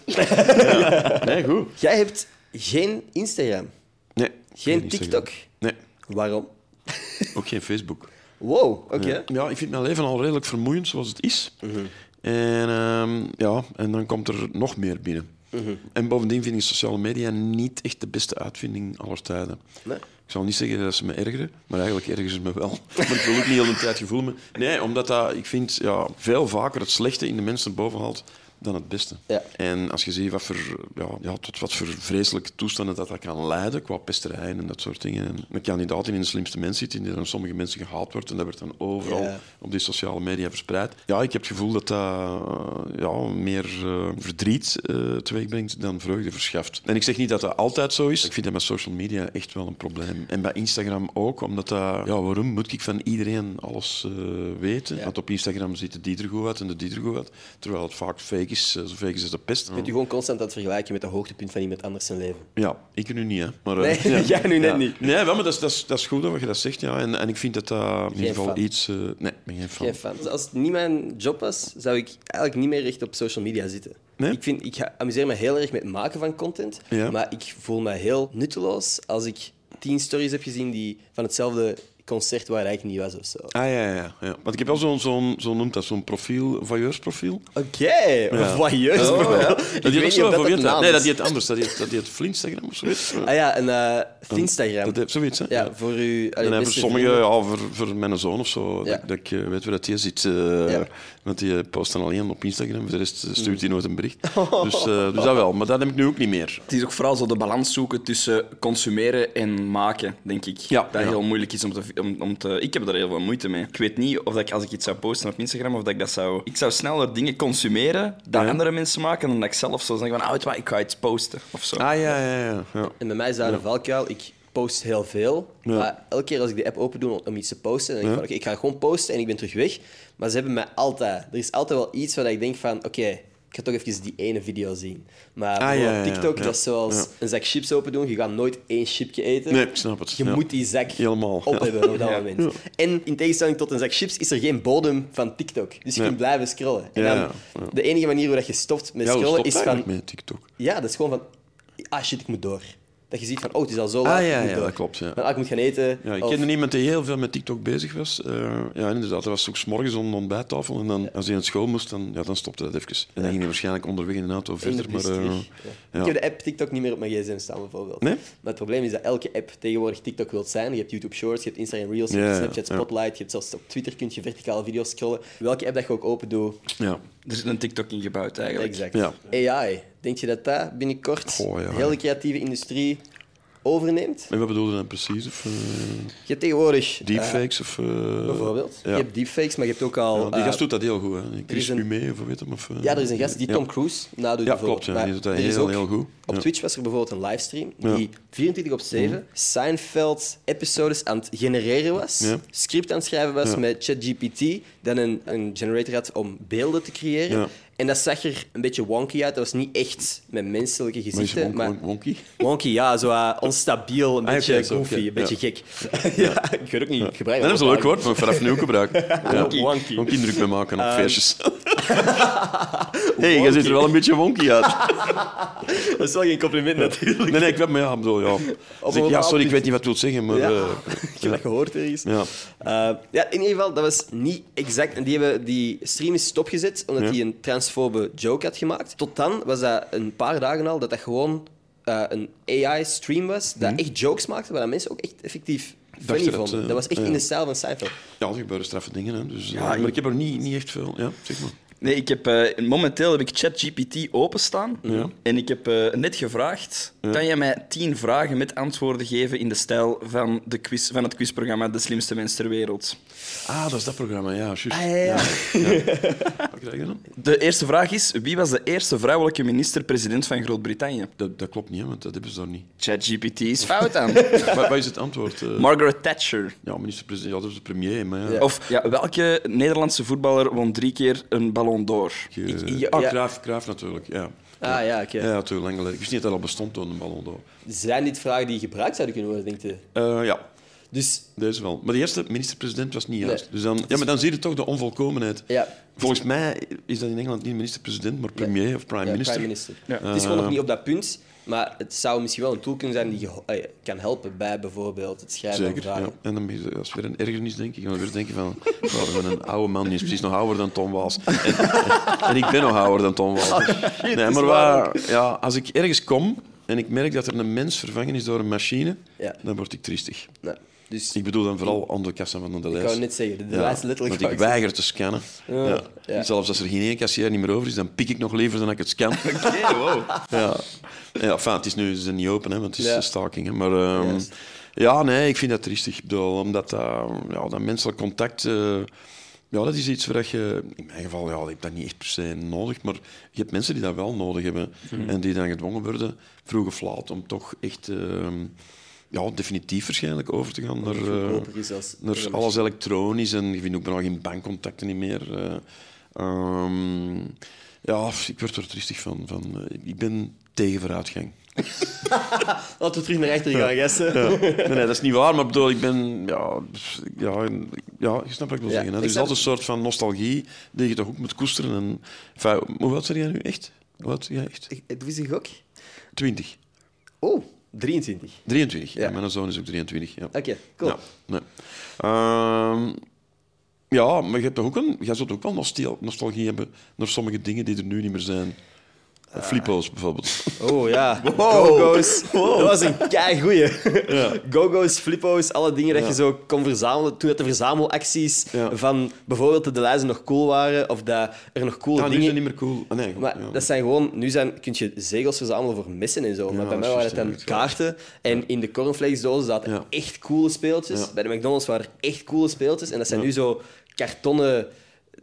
Speaker 2: Nee, goed.
Speaker 1: Jij hebt geen Instagram,
Speaker 2: Nee,
Speaker 1: geen
Speaker 2: Instagram.
Speaker 1: TikTok.
Speaker 2: Nee,
Speaker 1: Waarom?
Speaker 2: ook geen Facebook.
Speaker 1: Wow, oké.
Speaker 2: Ja. Ja, ik vind mijn leven al redelijk vermoeiend zoals het is.
Speaker 1: Mhm.
Speaker 2: En, ehm, ja, en dan komt er nog meer binnen.
Speaker 1: Mhm.
Speaker 2: En bovendien vind ik sociale media niet echt de beste uitvinding aller tijden.
Speaker 1: Nee.
Speaker 2: Ik zal niet zeggen dat ze me ergeren, maar eigenlijk ergeren ze me wel. Maar ik wil ook niet heel de tijd gevoel me. Nee, omdat dat, ik vind ja, veel vaker het slechte in de mensen boven haalt dan het beste.
Speaker 1: Ja.
Speaker 2: En als je ziet wat voor, ja, ja, tot wat voor vreselijke toestanden dat, dat kan leiden, qua pesterijen en dat soort dingen. En een kandidaat die in de slimste mens zit, die door sommige mensen gehaald wordt, en dat wordt dan overal
Speaker 1: Ja.
Speaker 2: op die sociale media verspreid. Ja, ik heb het gevoel dat dat eh, ja, meer eh, verdriet eh teweegbrengt dan vreugde verschaft. En ik zeg niet dat dat altijd zo is. Ik vind dat met social media echt wel een probleem. En bij Instagram ook, omdat dat... Ja, waarom moet ik van iedereen alles eh, weten? Want op Instagram ziet de Dieter goed uit en de Dieter goed uit. Terwijl het vaak fake is. eh, Zo fake is als de pest.
Speaker 1: Je bent u gewoon constant aan het vergelijken met de hoogtepunt van iemand anders zijn leven.
Speaker 2: Ja, ik nu niet, hè. Maar,
Speaker 1: Nee,
Speaker 2: eh, ja.
Speaker 1: jij nu net
Speaker 2: Ja.
Speaker 1: niet.
Speaker 2: Nee, wel, maar dat is, dat is, dat is goed hè, wat je dat zegt, ja. En, en ik vind dat dat in ieder geval
Speaker 1: fan.
Speaker 2: iets... eh, nee, ik ben geen fan.
Speaker 1: Geen fan. Dus Als het niet mijn job was, zou ik eigenlijk niet meer echt op social media zitten.
Speaker 2: Nee?
Speaker 1: Ik, vind, ik ga- amuseer me heel erg met het maken van content,
Speaker 2: Ja.
Speaker 1: maar ik voel me heel nutteloos als ik tien stories heb gezien die van hetzelfde concert waar ik niet was of zo.
Speaker 2: Ah ja, ja, ja, ja. Want ik heb wel zo'n, zo'n, zo'n noemt dat, zo'n profiel, voyeursprofiel.
Speaker 1: Oké, voyeurs,
Speaker 2: Oh,
Speaker 1: bro.
Speaker 2: ja.
Speaker 1: Ik
Speaker 2: Dat
Speaker 1: weet
Speaker 2: die ook
Speaker 1: niet
Speaker 2: zo
Speaker 1: of dat het
Speaker 2: verweerd-
Speaker 1: naam
Speaker 2: Nee, dat
Speaker 1: is.
Speaker 2: die het anders. Dat die het, dat die het Flinstagram of zoiets.
Speaker 1: Ah ja, een eh Instagram.
Speaker 2: Dat, dat, zoiets, hè?
Speaker 1: ja, voor u.
Speaker 2: En dan voor sommigen, ja, voor, voor mijn zoon of zo,
Speaker 1: Ja.
Speaker 2: dat, dat ik eh, weet waar dat hij zit. eh,
Speaker 1: Ja. Mm.
Speaker 2: Want die eh, post dan alleen op Instagram, voor de rest eh, stuurt hij nooit een bericht. Dus, eh, dus dat wel, maar dat heb ik nu ook niet meer.
Speaker 4: Het is ook vooral zo de balans zoeken tussen consumeren en maken, denk ik.
Speaker 2: Ja.
Speaker 4: dat
Speaker 2: Ja.
Speaker 4: heel moeilijk is om te, om, om te... Ik heb daar heel veel moeite mee. Ik weet niet of dat ik, als ik iets zou posten op Instagram, of dat ik dat zou... Ik zou sneller dingen consumeren dat
Speaker 2: Ja.
Speaker 4: andere mensen maken, dan dat ik zelf zou zeggen van, oh, ik ga iets posten, of zo.
Speaker 2: Ah ja, ja, ja. ja.
Speaker 1: En bij mij is daar een valkuil. Ik post heel veel.
Speaker 2: Ja.
Speaker 1: Maar elke keer als ik de app open doe om- om iets te posten, dan denk ik van oké, ik ga gewoon posten en ik ben terug weg. Maar ze hebben mij altijd... Er is altijd wel iets waar ik denk van oké, ik ga toch even die ene video zien. Maar
Speaker 2: Ah, ja,
Speaker 1: bijvoorbeeld
Speaker 2: ja, ja.
Speaker 1: TikTok,
Speaker 2: Ja.
Speaker 1: dat is zoals
Speaker 2: Ja.
Speaker 1: een zak chips open doen. Je gaat nooit één chipje eten.
Speaker 2: Nee, ik snap het.
Speaker 1: Je
Speaker 2: Ja.
Speaker 1: moet die zak
Speaker 2: Helemaal,
Speaker 1: op
Speaker 2: ja.
Speaker 1: hebben op dat moment. En in tegenstelling tot een zak chips is er geen bodem van TikTok. Dus je
Speaker 2: Nee.
Speaker 1: kunt blijven scrollen. En
Speaker 2: Ja,
Speaker 1: dan,
Speaker 2: ja, ja.
Speaker 1: De enige manier hoe dat je stopt met
Speaker 2: Ja, hoe
Speaker 1: scrollen
Speaker 2: stopt
Speaker 1: is van...
Speaker 2: eigenlijk met TikTok?
Speaker 1: Ja, dat is gewoon van... Ah, shit, ik moet door. Dat je ziet van, oh, het is al zo
Speaker 2: Ah,
Speaker 1: laat,
Speaker 2: ja,
Speaker 1: ik moet
Speaker 2: ja,
Speaker 1: door.
Speaker 2: dat klopt, ja.
Speaker 1: Van, ah, ik moet gaan eten.
Speaker 2: Ja, ik
Speaker 1: of-
Speaker 2: kende iemand die heel veel met TikTok bezig was. Eh, ja, inderdaad. Dat was ook 's morgens aan de ontbijttafel. En dan, als hij naar school moest, dan, ja, dan stopte dat even. En dan ging hij waarschijnlijk onderweg in een auto
Speaker 1: in de
Speaker 2: verder.
Speaker 1: bus
Speaker 2: maar, eh,
Speaker 1: terug. Ja. Ik heb de app TikTok niet meer op mijn gsm staan, bijvoorbeeld.
Speaker 2: Nee?
Speaker 1: Maar het probleem is dat elke app tegenwoordig TikTok wilt zijn. Je hebt YouTube Shorts, je hebt Instagram Reels, je
Speaker 2: Ja,
Speaker 1: hebt
Speaker 2: ja,
Speaker 1: Snapchat
Speaker 2: ja.
Speaker 1: Spotlight, je hebt zelfs op Twitter kun je verticale video's scrollen. Welke app dat je ook open doet,
Speaker 2: ja.
Speaker 4: Er zit een TikTok ingebouwd, eigenlijk.
Speaker 1: exact.
Speaker 2: Ja.
Speaker 1: AI, denk je dat dat binnenkort
Speaker 2: Goh, ja.
Speaker 1: de hele creatieve industrie overneemt?
Speaker 2: En wat bedoelde je dan precies? Of, eh,
Speaker 1: Je hebt tegenwoordig... eh,
Speaker 2: Deepfakes of... eh,
Speaker 1: bijvoorbeeld.
Speaker 2: Ja.
Speaker 1: Je hebt deepfakes, maar je hebt ook al...
Speaker 2: Ja, die
Speaker 1: eh,
Speaker 2: gast doet dat heel goed. Hè. Chris
Speaker 1: is een-
Speaker 2: Humé, of weet hem. Of, eh,
Speaker 1: Ja, er is een gast die
Speaker 2: ja.
Speaker 1: Tom Cruise nadoet.
Speaker 2: Ja,
Speaker 1: bijvoorbeeld.
Speaker 2: klopt, ja.
Speaker 1: Maar
Speaker 2: Die doet dat
Speaker 1: er is
Speaker 2: heel,
Speaker 1: ook-
Speaker 2: heel goed.
Speaker 1: Op
Speaker 2: Ja.
Speaker 1: Twitch was er bijvoorbeeld een livestream
Speaker 2: Ja. Mhm.
Speaker 1: die 24 op 7 Seinfeld episodes aan het genereren was,
Speaker 2: Ja.
Speaker 1: script aan het schrijven was
Speaker 2: Ja.
Speaker 1: met ChatGPT, dan een, een generator had om beelden te creëren.
Speaker 2: Ja.
Speaker 1: En dat zag er een beetje wonky uit. Dat was niet echt met menselijke
Speaker 2: Maar is
Speaker 1: gezichten.
Speaker 2: het
Speaker 1: Maar Ah,
Speaker 2: wonk- wonky?
Speaker 1: wonky, ja, zo eh, onstabiel, een
Speaker 2: Ah,
Speaker 1: beetje
Speaker 2: oké, zo,
Speaker 1: goofy,
Speaker 2: oké,
Speaker 1: een beetje
Speaker 2: ja.
Speaker 1: gek. ja, ik weet ook niet, ik gebruik
Speaker 2: Dat
Speaker 1: ook
Speaker 2: is een
Speaker 1: eigenlijk.
Speaker 2: leuk woord, maar vanaf nu ook gebruiken.
Speaker 1: Wonky. Wonky. Ehm.
Speaker 2: Ook indruk mee maken op feestjes. hey, jij ziet er wel een beetje wonky uit.
Speaker 1: Dat is wel geen compliment natuurlijk.
Speaker 2: Nee, nee, ik weet maar ja, ik bedoel, ja. Zeg ik,
Speaker 1: bepaald
Speaker 2: ja, sorry, ik
Speaker 1: punt.
Speaker 2: weet niet wat ik wil zeggen, maar...
Speaker 1: Ja.
Speaker 2: eh,
Speaker 1: ik heb dat gehoord ergens.
Speaker 2: Ja.
Speaker 1: Eh, ja, in ieder geval, dat was niet exact. En die hebben die stream is stopgezet omdat
Speaker 2: Ja.
Speaker 1: hij een transfobe joke had gemaakt. Tot dan was dat een paar dagen al dat dat gewoon eh, een AI-stream was. Dat echt jokes maakte, waar dat mensen ook echt effectief funny
Speaker 2: Mhm. dat,
Speaker 1: vonden.
Speaker 2: eh,
Speaker 1: Dat was echt
Speaker 2: ja.
Speaker 1: in de stijl van Seinfeld.
Speaker 2: Ja, er gebeuren straffe dingen, hè. Dus, eh,
Speaker 4: Ja,
Speaker 2: maar ik heb er niet, niet echt veel... Ja, zeg maar.
Speaker 4: Nee, ik heb, eh, momenteel heb ik ChatGPT openstaan. En ik heb eh, net gevraagd: kan jij mij tien vragen met antwoorden geven in de stijl van, de quiz, van het quizprogramma De Slimste Mens ter Wereld?
Speaker 2: Ah, dat is dat programma, Ah, ja, juist.
Speaker 1: ja.
Speaker 2: Wat krijg je dan?
Speaker 4: De eerste vraag is: wie was de eerste vrouwelijke minister-president van Groot-Brittannië?
Speaker 2: Dat, dat klopt niet, hè, want dat hebben ze daar niet.
Speaker 4: ChatGPT is fout aan.
Speaker 2: wat, wat is het antwoord? eh?
Speaker 4: Margaret Thatcher.
Speaker 2: ja, minister-president, ja, dat is de premier, maar ja...
Speaker 1: Ja.
Speaker 4: Of ja, welke Nederlandse voetballer won drie keer een ballon d'or? oh,
Speaker 2: Ik,
Speaker 1: Ik-
Speaker 2: eh,
Speaker 1: ja,
Speaker 2: ah,
Speaker 1: ja.
Speaker 2: Cruijff, Cruijff natuurlijk, ja.
Speaker 1: Ah ja, oké.
Speaker 2: Ja, natuurlijk, lang geleden. Ik wist niet dat dat al bestond toen, een ballon d'Or.
Speaker 1: Zijn dit vragen die gebruikt zouden kunnen worden, denk je?
Speaker 2: Eh, ja.
Speaker 1: Dus
Speaker 2: Deze wel. Maar de eerste minister-president was niet
Speaker 1: Nee.
Speaker 2: juist. Dus dan, ja, maar dan zie je toch de onvolkomenheid.
Speaker 1: ja,
Speaker 2: Volgens mij is dat in Engeland niet minister-president, maar premier of prime
Speaker 1: ja,
Speaker 2: minister. Eh.
Speaker 1: prime minister.
Speaker 4: Ja.
Speaker 1: Het is gewoon nog niet op dat punt, maar het zou misschien wel een tool kunnen zijn die geho- eh, kan helpen bij bijvoorbeeld het schrijven
Speaker 2: Zeker,
Speaker 1: van vragen.
Speaker 2: ja. En dan is dat weer een ergernis, denk ik. Dan weer denken van, we hebben een oude man, die is precies nog ouder dan Tom Waals. En, en- en ik ben nog ouder dan Tom
Speaker 1: Oh,
Speaker 2: Waals. nee, maar waar, ja, als ik ergens kom en ik merk dat er een mens vervangen is door een machine,
Speaker 1: Ja.
Speaker 2: dan word ik triestig.
Speaker 1: Nou, dus
Speaker 2: Ik bedoel dan vooral aan de kassa van de
Speaker 1: ik
Speaker 2: lijst.
Speaker 1: wou net zeggen, de
Speaker 2: Ja,
Speaker 1: lijst letterlijk...
Speaker 2: want ik
Speaker 1: waar
Speaker 2: weiger te scannen. Ja.
Speaker 1: ja.
Speaker 2: Zelfs als er geen één kassier niet meer over is, dan pik ik nog liever dan ik het scan.
Speaker 4: Oké, wow.
Speaker 2: Ja, ja enfin, het is nu ze zijn niet open, hè, want het is
Speaker 1: Ja.
Speaker 2: een staking. Hè. Maar ehm,
Speaker 1: Juist.
Speaker 2: ja, nee, ik vind dat triestig. Ik bedoel, omdat dat, ja, dat menselijk contact, eh, ja, dat is iets waar je, in mijn geval, ja, je hebt dat niet echt per se nodig, maar je hebt mensen die dat wel nodig hebben
Speaker 1: Mhm.
Speaker 2: en die dan gedwongen worden, vroeg of laat, om toch echt, ehm, ja, definitief waarschijnlijk over te gaan naar... eh,
Speaker 1: goedkoper is als-
Speaker 2: er is alles elektronisch en ik vind ook bijna geen bankcontacten niet meer. Eh, ehm, ja, ik word er triestig van. van eh, ik ben tegen vooruitgang.
Speaker 1: Laten we terug naar achter gaan, gasten.
Speaker 2: nee, nee, dat is niet waar, maar ik bedoel, ik ben... Ja, ja, ja je snapt wat ik wil
Speaker 1: Ja,
Speaker 2: zeggen. Hè?
Speaker 1: ik
Speaker 2: Er is
Speaker 1: snap-
Speaker 2: altijd een soort van nostalgie die je toch ook moet koesteren. En, enfin, hoe oud ben jij nu echt? Hoe oud ben jij echt?
Speaker 1: Ik- Doe eens een gok.
Speaker 2: 20.
Speaker 1: Oh, 23.
Speaker 2: 23. Ja.
Speaker 1: Ja.
Speaker 2: mijn zoon is ook 23. Ja.
Speaker 1: Oké, cool.
Speaker 2: Ja, nee. Ehm, ja, maar je, hebt toch ook een, jij zult ook wel nostal- nostalgie hebben naar sommige dingen die er nu niet meer zijn. Flippo's bijvoorbeeld.
Speaker 1: Ah. Oh ja, go-go's. Dat was een kei goeie. Go-go's, flippo's, alle dingen dat je zo kon verzamelen. Toen dat de verzamelacties
Speaker 2: Ja.
Speaker 1: van bijvoorbeeld dat de lijzen nog cool waren of dat er nog coole
Speaker 2: Ja, nu
Speaker 1: dingen...
Speaker 2: is dat niet meer cool. Ah, nee, goed,
Speaker 1: Maar
Speaker 2: ja.
Speaker 1: dat zijn gewoon, nu zijn, kun je zegels verzamelen voor messen en zo. Maar
Speaker 2: Ja,
Speaker 1: bij mij
Speaker 2: dat
Speaker 1: waren
Speaker 2: is
Speaker 1: het dan
Speaker 2: juist, ja,
Speaker 1: kaarten. En in de cornflakesdozen zaten
Speaker 2: Ja.
Speaker 1: echt coole speeltjes.
Speaker 2: Ja.
Speaker 1: Bij de McDonald's waren er echt coole speeltjes. En dat zijn nu zo kartonnen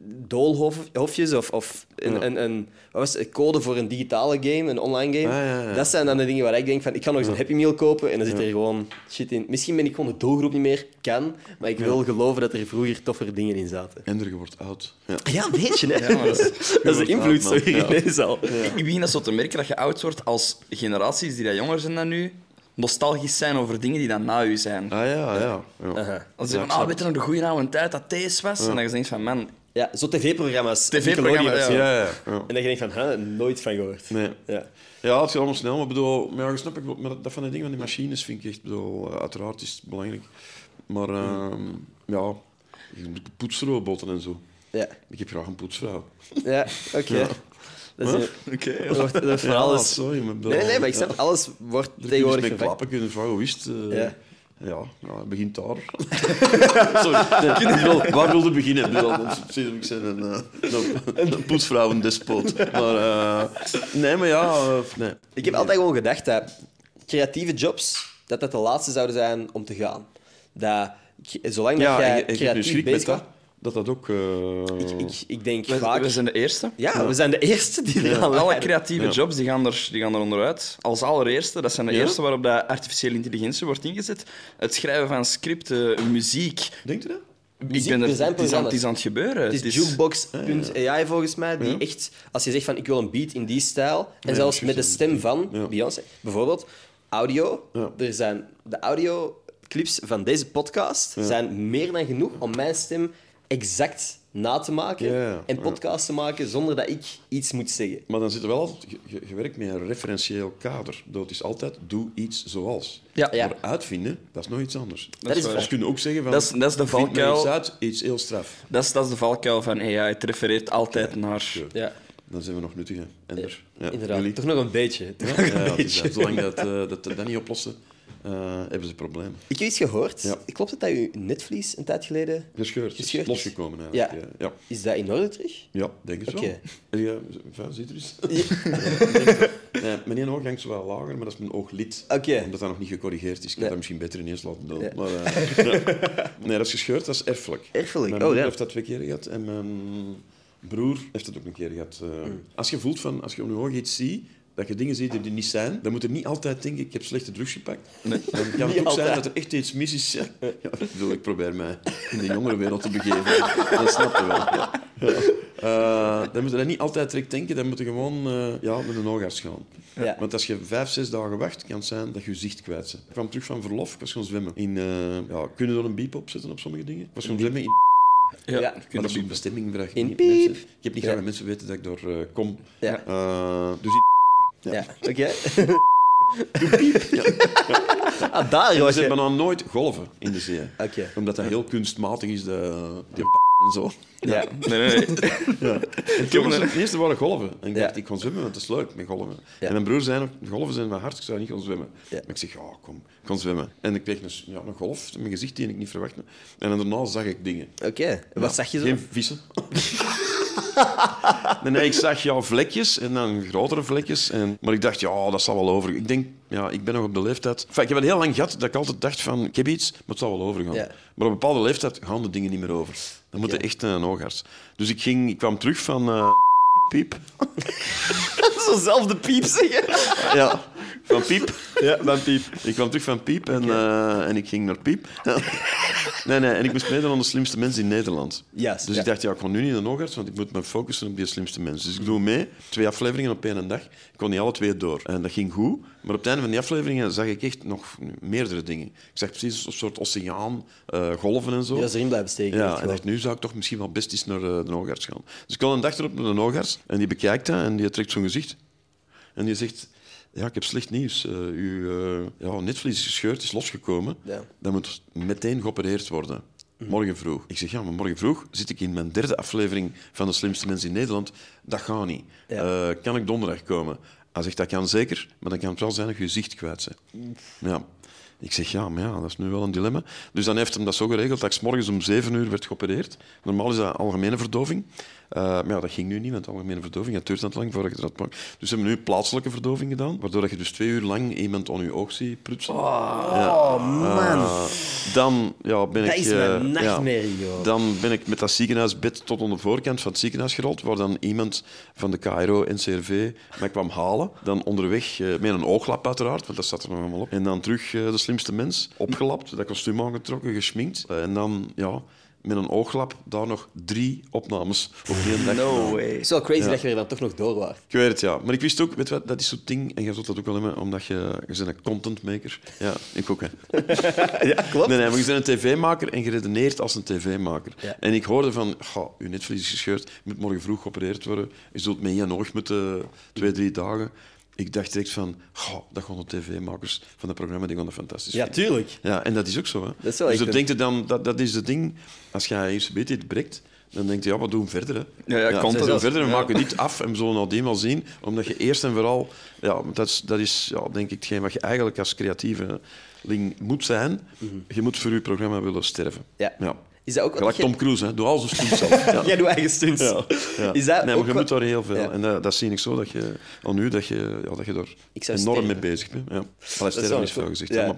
Speaker 1: doolhofjes of, of een,
Speaker 2: Ja.
Speaker 1: een, een, wat was het, een code voor een digitale game, een online game.
Speaker 2: Ah, ja, ja, ja.
Speaker 1: Dat zijn dan de dingen waar ik denk van, ik ga nog eens een Happy Meal kopen en dan zit er gewoon shit in. Misschien ben ik gewoon de doelgroep niet meer, kan. Maar ik wil geloven dat er vroeger toffere dingen in zaten.
Speaker 2: En je wordt oud. Ja.
Speaker 1: Ja, een beetje, hè.
Speaker 4: Ja, maar dat is-
Speaker 1: dat is de invloed, zo
Speaker 2: man.
Speaker 1: hier
Speaker 2: Ja.
Speaker 1: ineens al.
Speaker 4: Ik ik begin dat zo te merken dat je oud wordt als generaties die dat jonger zijn dan nu, nostalgisch zijn over dingen die dan na u zijn.
Speaker 2: Ah ja, ja. ja.
Speaker 4: Als je van, ah, weet je nog de goede oude tijd dat deze was? En dan je denkt van, man,
Speaker 1: Ja, zo tv-programma's.
Speaker 4: TV-programma,
Speaker 1: Nickelodeon.
Speaker 4: ja.
Speaker 2: Ja, ja, ja.
Speaker 1: En dat je denkt van, hè, nooit van gehoord.
Speaker 2: Nee.
Speaker 1: Ja.
Speaker 2: Ja, het gaat allemaal snel, maar bedoel, maar ja, je snap ik, wel, maar dat van die dingen van die machines vind ik echt, bedoel, eh, uiteraard is het belangrijk, maar ehm, ja, je moet poetsrobotten en zo.
Speaker 1: Ja,
Speaker 2: Ik heb graag een poetsvrouw.
Speaker 1: ja oké. Dat is een- er wordt- er wordt van
Speaker 2: Ja,
Speaker 1: alles...
Speaker 2: sorry, maar bedoel,
Speaker 1: Nee, nee, maar ik snap, alles wordt
Speaker 2: Er kun je eens
Speaker 1: tegenwoordig
Speaker 2: mee
Speaker 1: vervangen.
Speaker 2: klappen, kun je vragen, hoe is het? eh,
Speaker 1: Ja.
Speaker 2: Ja, nou, het begint daar. Sorry, nee, ik bedoel, waar wilde beginnen? Ik bedoel, dan zit ik zijn een, eh, een, een poetsvrouw, een despoot. Maar, eh, nee, maar ja, eh, nee.
Speaker 1: Ik heb altijd gewoon gedacht dat creatieve jobs, dat dat de laatste zouden zijn om te gaan. Dat, je- zolang dat
Speaker 2: Ja, en
Speaker 1: jij
Speaker 2: je- ik heb nu
Speaker 1: creatief
Speaker 2: schrik met
Speaker 1: bezig bent...
Speaker 2: dat, dat dat ook... eh,
Speaker 1: Ik, ik denk
Speaker 4: we,
Speaker 1: vaak...
Speaker 4: we zijn de eerste.
Speaker 1: Ja, we zijn de eerste die er aan
Speaker 4: Alle
Speaker 1: leiden.
Speaker 4: creatieve
Speaker 2: Ja.
Speaker 4: jobs die gaan, er, die gaan er onderuit. Als allereerste, dat zijn de
Speaker 2: Ja?
Speaker 4: eerste waarop dat artificiële intelligentie wordt ingezet. Het schrijven van scripten, muziek.
Speaker 2: Denkt u dat?
Speaker 1: Muziek,
Speaker 4: ik ben
Speaker 1: er
Speaker 4: er,
Speaker 1: zijn
Speaker 4: het, is aan, het
Speaker 1: programma's.
Speaker 4: is aan het gebeuren.
Speaker 1: Het is jukebox.ai volgens mij, die echt, als je zegt van ik wil een beat in die stijl, en zelfs
Speaker 2: precies,
Speaker 1: met de
Speaker 2: ja.
Speaker 1: stem van
Speaker 2: Ja.
Speaker 1: Beyoncé, bijvoorbeeld, audio,
Speaker 2: Ja.
Speaker 1: er zijn de audioclips van deze podcast zijn meer dan genoeg om mijn stem exact na te maken
Speaker 2: Ja, ja.
Speaker 1: en podcasts te maken zonder dat ik iets moet zeggen.
Speaker 2: Maar dan zit er wel altijd, je- je, je werkt met een referentieel kader. Dat is altijd, doe iets zoals.
Speaker 1: Ja, ja.
Speaker 2: Maar uitvinden, dat is nog iets anders.
Speaker 1: Dat is waar.
Speaker 2: Ze kunnen ook zeggen van...
Speaker 4: Dat is- dat is de
Speaker 2: vind mij
Speaker 4: valkuil.
Speaker 2: iets uit, iets heel straf.
Speaker 4: Dat is, dat is de valkuil van AI. Het refereert altijd naar...
Speaker 1: Ja,
Speaker 2: Dan zijn we nog nuttig, hè. Ender. Ja,
Speaker 1: inderdaad.
Speaker 2: jullie?
Speaker 1: Toch nog een beetje. Toch
Speaker 2: Ja,
Speaker 1: nog een
Speaker 2: ja, het is
Speaker 1: beetje.
Speaker 2: dat. Zolang dat, eh, dat ze dat niet oplossen, eh, hebben ze problemen.
Speaker 1: Ik heb iets gehoord.
Speaker 2: Ja.
Speaker 1: Klopt het dat uw netvlies een tijd geleden...
Speaker 2: Gescheurd.
Speaker 1: Gescheurd.
Speaker 2: Losgekomen eigenlijk. Ja. Ja.
Speaker 1: Is dat in orde terug?
Speaker 2: Ja, denk het
Speaker 1: Oké.
Speaker 2: wel. eh, Ja, enfin, ziet er eens. nee, mijn ene oog hangt zo wel lager, maar dat is mijn ooglid.
Speaker 1: Oké.
Speaker 2: Omdat dat nog niet gecorrigeerd is. Ik had
Speaker 1: Nee.
Speaker 2: dat misschien beter ineens laten doen.
Speaker 1: Ja.
Speaker 2: Maar, eh, ja. Nee, dat is gescheurd, dat is erfelijk.
Speaker 1: Erfelijk,
Speaker 2: Mijn
Speaker 1: oh,
Speaker 2: moeder
Speaker 1: ja.
Speaker 2: heeft dat twee keer gehad en mijn broer heeft dat ook een keer gehad. Eh,
Speaker 1: Mm.
Speaker 2: Als je voelt van, als je om je oog iets ziet, dat je dingen ziet die er niet zijn, dan moet je niet altijd denken, ik heb slechte drugs gepakt. Dan kan het
Speaker 1: Niet
Speaker 2: ook zijn
Speaker 1: altijd.
Speaker 2: dat er echt iets mis is. Ja, ik bedoel, ik probeer mij in de jongerenwereld te begeven. Dat snap je wel. Ja. Eh, dan moet je dat niet altijd direct denken, dan moet je gewoon eh, ja, met een oogarts gaan.
Speaker 1: Ja.
Speaker 2: Want als je vijf, zes dagen wacht, kan het zijn dat je je zicht kwijt bent. Ik kwam terug van verlof, ik was gaan zwemmen. In, eh, ja, kunnen we er een biep op zetten op sommige dingen? Ik was gaan zwemmen in...
Speaker 1: Ja.
Speaker 2: Maar dat is een bestemming.
Speaker 1: In
Speaker 2: Mensen,
Speaker 1: piep.
Speaker 2: ik heb niet graag
Speaker 1: Ja.
Speaker 2: dat mensen weten dat ik daar eh, kom.
Speaker 1: Ja.
Speaker 2: Eh, dus in...
Speaker 1: Ja, oké. Ah, daar
Speaker 2: En
Speaker 1: was
Speaker 2: ze
Speaker 1: je.
Speaker 2: hebben
Speaker 1: Oké.
Speaker 2: dan nooit golven in de zee. Omdat dat heel kunstmatig is, de, die p- en zo.
Speaker 1: Ja.
Speaker 4: Nee, nee, nee.
Speaker 2: En toen was het het eerste waren golven. En ik
Speaker 1: Ja.
Speaker 2: dacht, ik kon zwemmen, want dat is leuk met golven.
Speaker 1: Ja.
Speaker 2: En mijn broer zei nog, golven zijn mijn hart, ik zou niet gaan zwemmen.
Speaker 1: Ja.
Speaker 2: Maar ik zeg, ja, kom, ik kon zwemmen. En ik kreeg een, s- ja, een golf in mijn gezicht die ik niet verwachtte. En daarna zag ik dingen.
Speaker 1: Oké. Wat
Speaker 2: Ja,
Speaker 1: zag je zo?
Speaker 2: Geen vissen. nee, nee, ik zag ja, vlekjes en dan grotere vlekjes. En, maar ik dacht, ja, dat zal wel over. Ik denk, ja, ik ben nog op de leeftijd... Enfin, ik heb het heel lang gehad dat ik altijd dacht van, ik heb iets, maar het zal wel overgaan.
Speaker 1: Ja.
Speaker 2: Maar op een bepaalde leeftijd gaan de dingen niet meer over. Dan moet je
Speaker 1: Oké.
Speaker 2: echt naar een oogarts. Dus ik, ging, ik kwam terug van... eh, piep.
Speaker 1: Zo zelf de piep zeggen.
Speaker 2: Ja, van piep.
Speaker 1: Ja, mijn piep.
Speaker 2: Ik kwam terug van piep en, eh, en ik ging naar piep. nee, nee, en ik moest meedoen aan de slimste mensen in Nederland.
Speaker 1: Yes,
Speaker 2: Dus
Speaker 1: ja.
Speaker 2: ik dacht, ja, ik ga nu niet naar de oogarts, want ik moet me focussen op die slimste mensen. Dus ik doe mee, twee afleveringen op één dag. Ik kon niet alle twee door. En dat ging goed, maar op het einde van die afleveringen zag ik echt nog meerdere dingen. Ik zag precies een soort oceaan, eh, golven en zo.
Speaker 1: Die was erin blijven steken.
Speaker 2: Ja,
Speaker 1: echt
Speaker 2: en ik
Speaker 1: gewoon.
Speaker 2: dacht, nu zou ik toch misschien wel best eens naar eh, de oogarts gaan. Dus ik kon een dag erop naar de oogarts en die bekijkt dat en die trekt zo'n gezicht. En die zegt, ja, ik heb slecht nieuws. Eh, uw eh, ja, netvlies is gescheurd, is losgekomen.
Speaker 1: Ja.
Speaker 2: Dat moet meteen geopereerd worden. Morgen vroeg. Ik zeg, ja, maar morgen vroeg zit ik in mijn derde aflevering van De Slimste Mensen in Nederland. Dat gaat niet.
Speaker 1: Ja.
Speaker 2: Eh, kan ik donderdag komen? Hij zegt, dat kan zeker, maar dan kan het wel zijn dat je je zicht kwijt bent. Ja. Ik zeg, ja, maar ja, dat is nu wel een dilemma. Dus dan heeft hem dat zo geregeld dat ik 's morgens om 7 uur werd geopereerd. Normaal is dat algemene verdoving. Eh, maar ja, dat ging nu niet, want algemene verdoving, dat duurt net lang voordat je dat maakt. Dus ze hebben nu plaatselijke verdoving gedaan, waardoor dat je dus twee uur lang iemand aan je oog ziet prutsen.
Speaker 1: Oh, man.
Speaker 2: Dan ja, ben
Speaker 1: Dat
Speaker 2: ik...
Speaker 1: is
Speaker 2: eh,
Speaker 1: mijn
Speaker 2: ja.
Speaker 1: nachtmerrie, joh.
Speaker 2: Dan ben ik met dat ziekenhuisbed tot aan de voorkant van het ziekenhuis gerold, waar dan iemand van de KRO NCRV mij kwam halen. Dan onderweg, eh, met een ooglap uiteraard, want dat zat er nog allemaal op. En dan terug eh, de slimste mens, opgelapt, dat kostuum aangetrokken, gesminkt. Eh, en dan, ja, met een ooglap daar nog drie opnames op één dag.
Speaker 4: No
Speaker 2: gedaan.
Speaker 1: Het
Speaker 4: way.
Speaker 1: is wel crazy dat je er dan toch nog door was.
Speaker 2: Ik weet het, ja. Maar ik wist ook, weet je wat, dat is zo'n ding, en je zult dat ook wel hebben, omdat je, je bent een contentmaker. Ja, ik ook, hè.
Speaker 1: Ja, klopt.
Speaker 2: Nee, nee, maar je bent een tv-maker en geredeneerd als een tv-maker.
Speaker 1: Ja.
Speaker 2: En ik hoorde van, "Goh, uw netvlies is gescheurd, je moet morgen vroeg geopereerd worden, je zult met één oog moeten, twee, drie dagen. Ik dacht direct van, "Goh, dat gaan de tv-makers van dat programma, die gaan dat fantastisch
Speaker 1: Ja,
Speaker 2: vinden."
Speaker 1: tuurlijk.
Speaker 2: Ja, en dat is ook zo. Hè.
Speaker 1: is wel
Speaker 2: dus
Speaker 1: echt
Speaker 2: dan
Speaker 1: een-
Speaker 2: denk je dan, dat, dat is het ding, als jij hier zo'n beetje iets breekt, dan denk je, ja, wat doen we verder? Hè?
Speaker 4: Ja, ja, content.
Speaker 2: we doen
Speaker 4: Ja.
Speaker 2: verder, we maken dit af en we zullen nadien wel zien. Omdat je eerst en vooral, ja, want dat is, dat is ja, denk ik hetgeen wat je eigenlijk als creatieve ling moet zijn. Je moet voor je programma willen sterven.
Speaker 1: Mhm. Ja. Is dat ook wat
Speaker 2: Gelijk
Speaker 1: je-
Speaker 2: Tom Cruise, hè. doe al zijn stunts zelf. Ja.
Speaker 1: Jij doet eigen stunts.
Speaker 2: Ja. Ja.
Speaker 1: Is dat
Speaker 2: nee,
Speaker 1: ook
Speaker 2: maar je
Speaker 1: wat-
Speaker 2: moet daar heel veel.
Speaker 1: Ja.
Speaker 2: En eh, dat, dat zie ik zo dat je aan u dat je, ja, dat je daar
Speaker 1: Ik zou
Speaker 2: enorm mee
Speaker 1: sterven.
Speaker 2: bezig bent. Ja. Allee, sterven
Speaker 1: wel
Speaker 2: is veel
Speaker 1: goed.
Speaker 2: gezegd,
Speaker 1: Ja.
Speaker 2: hè, maar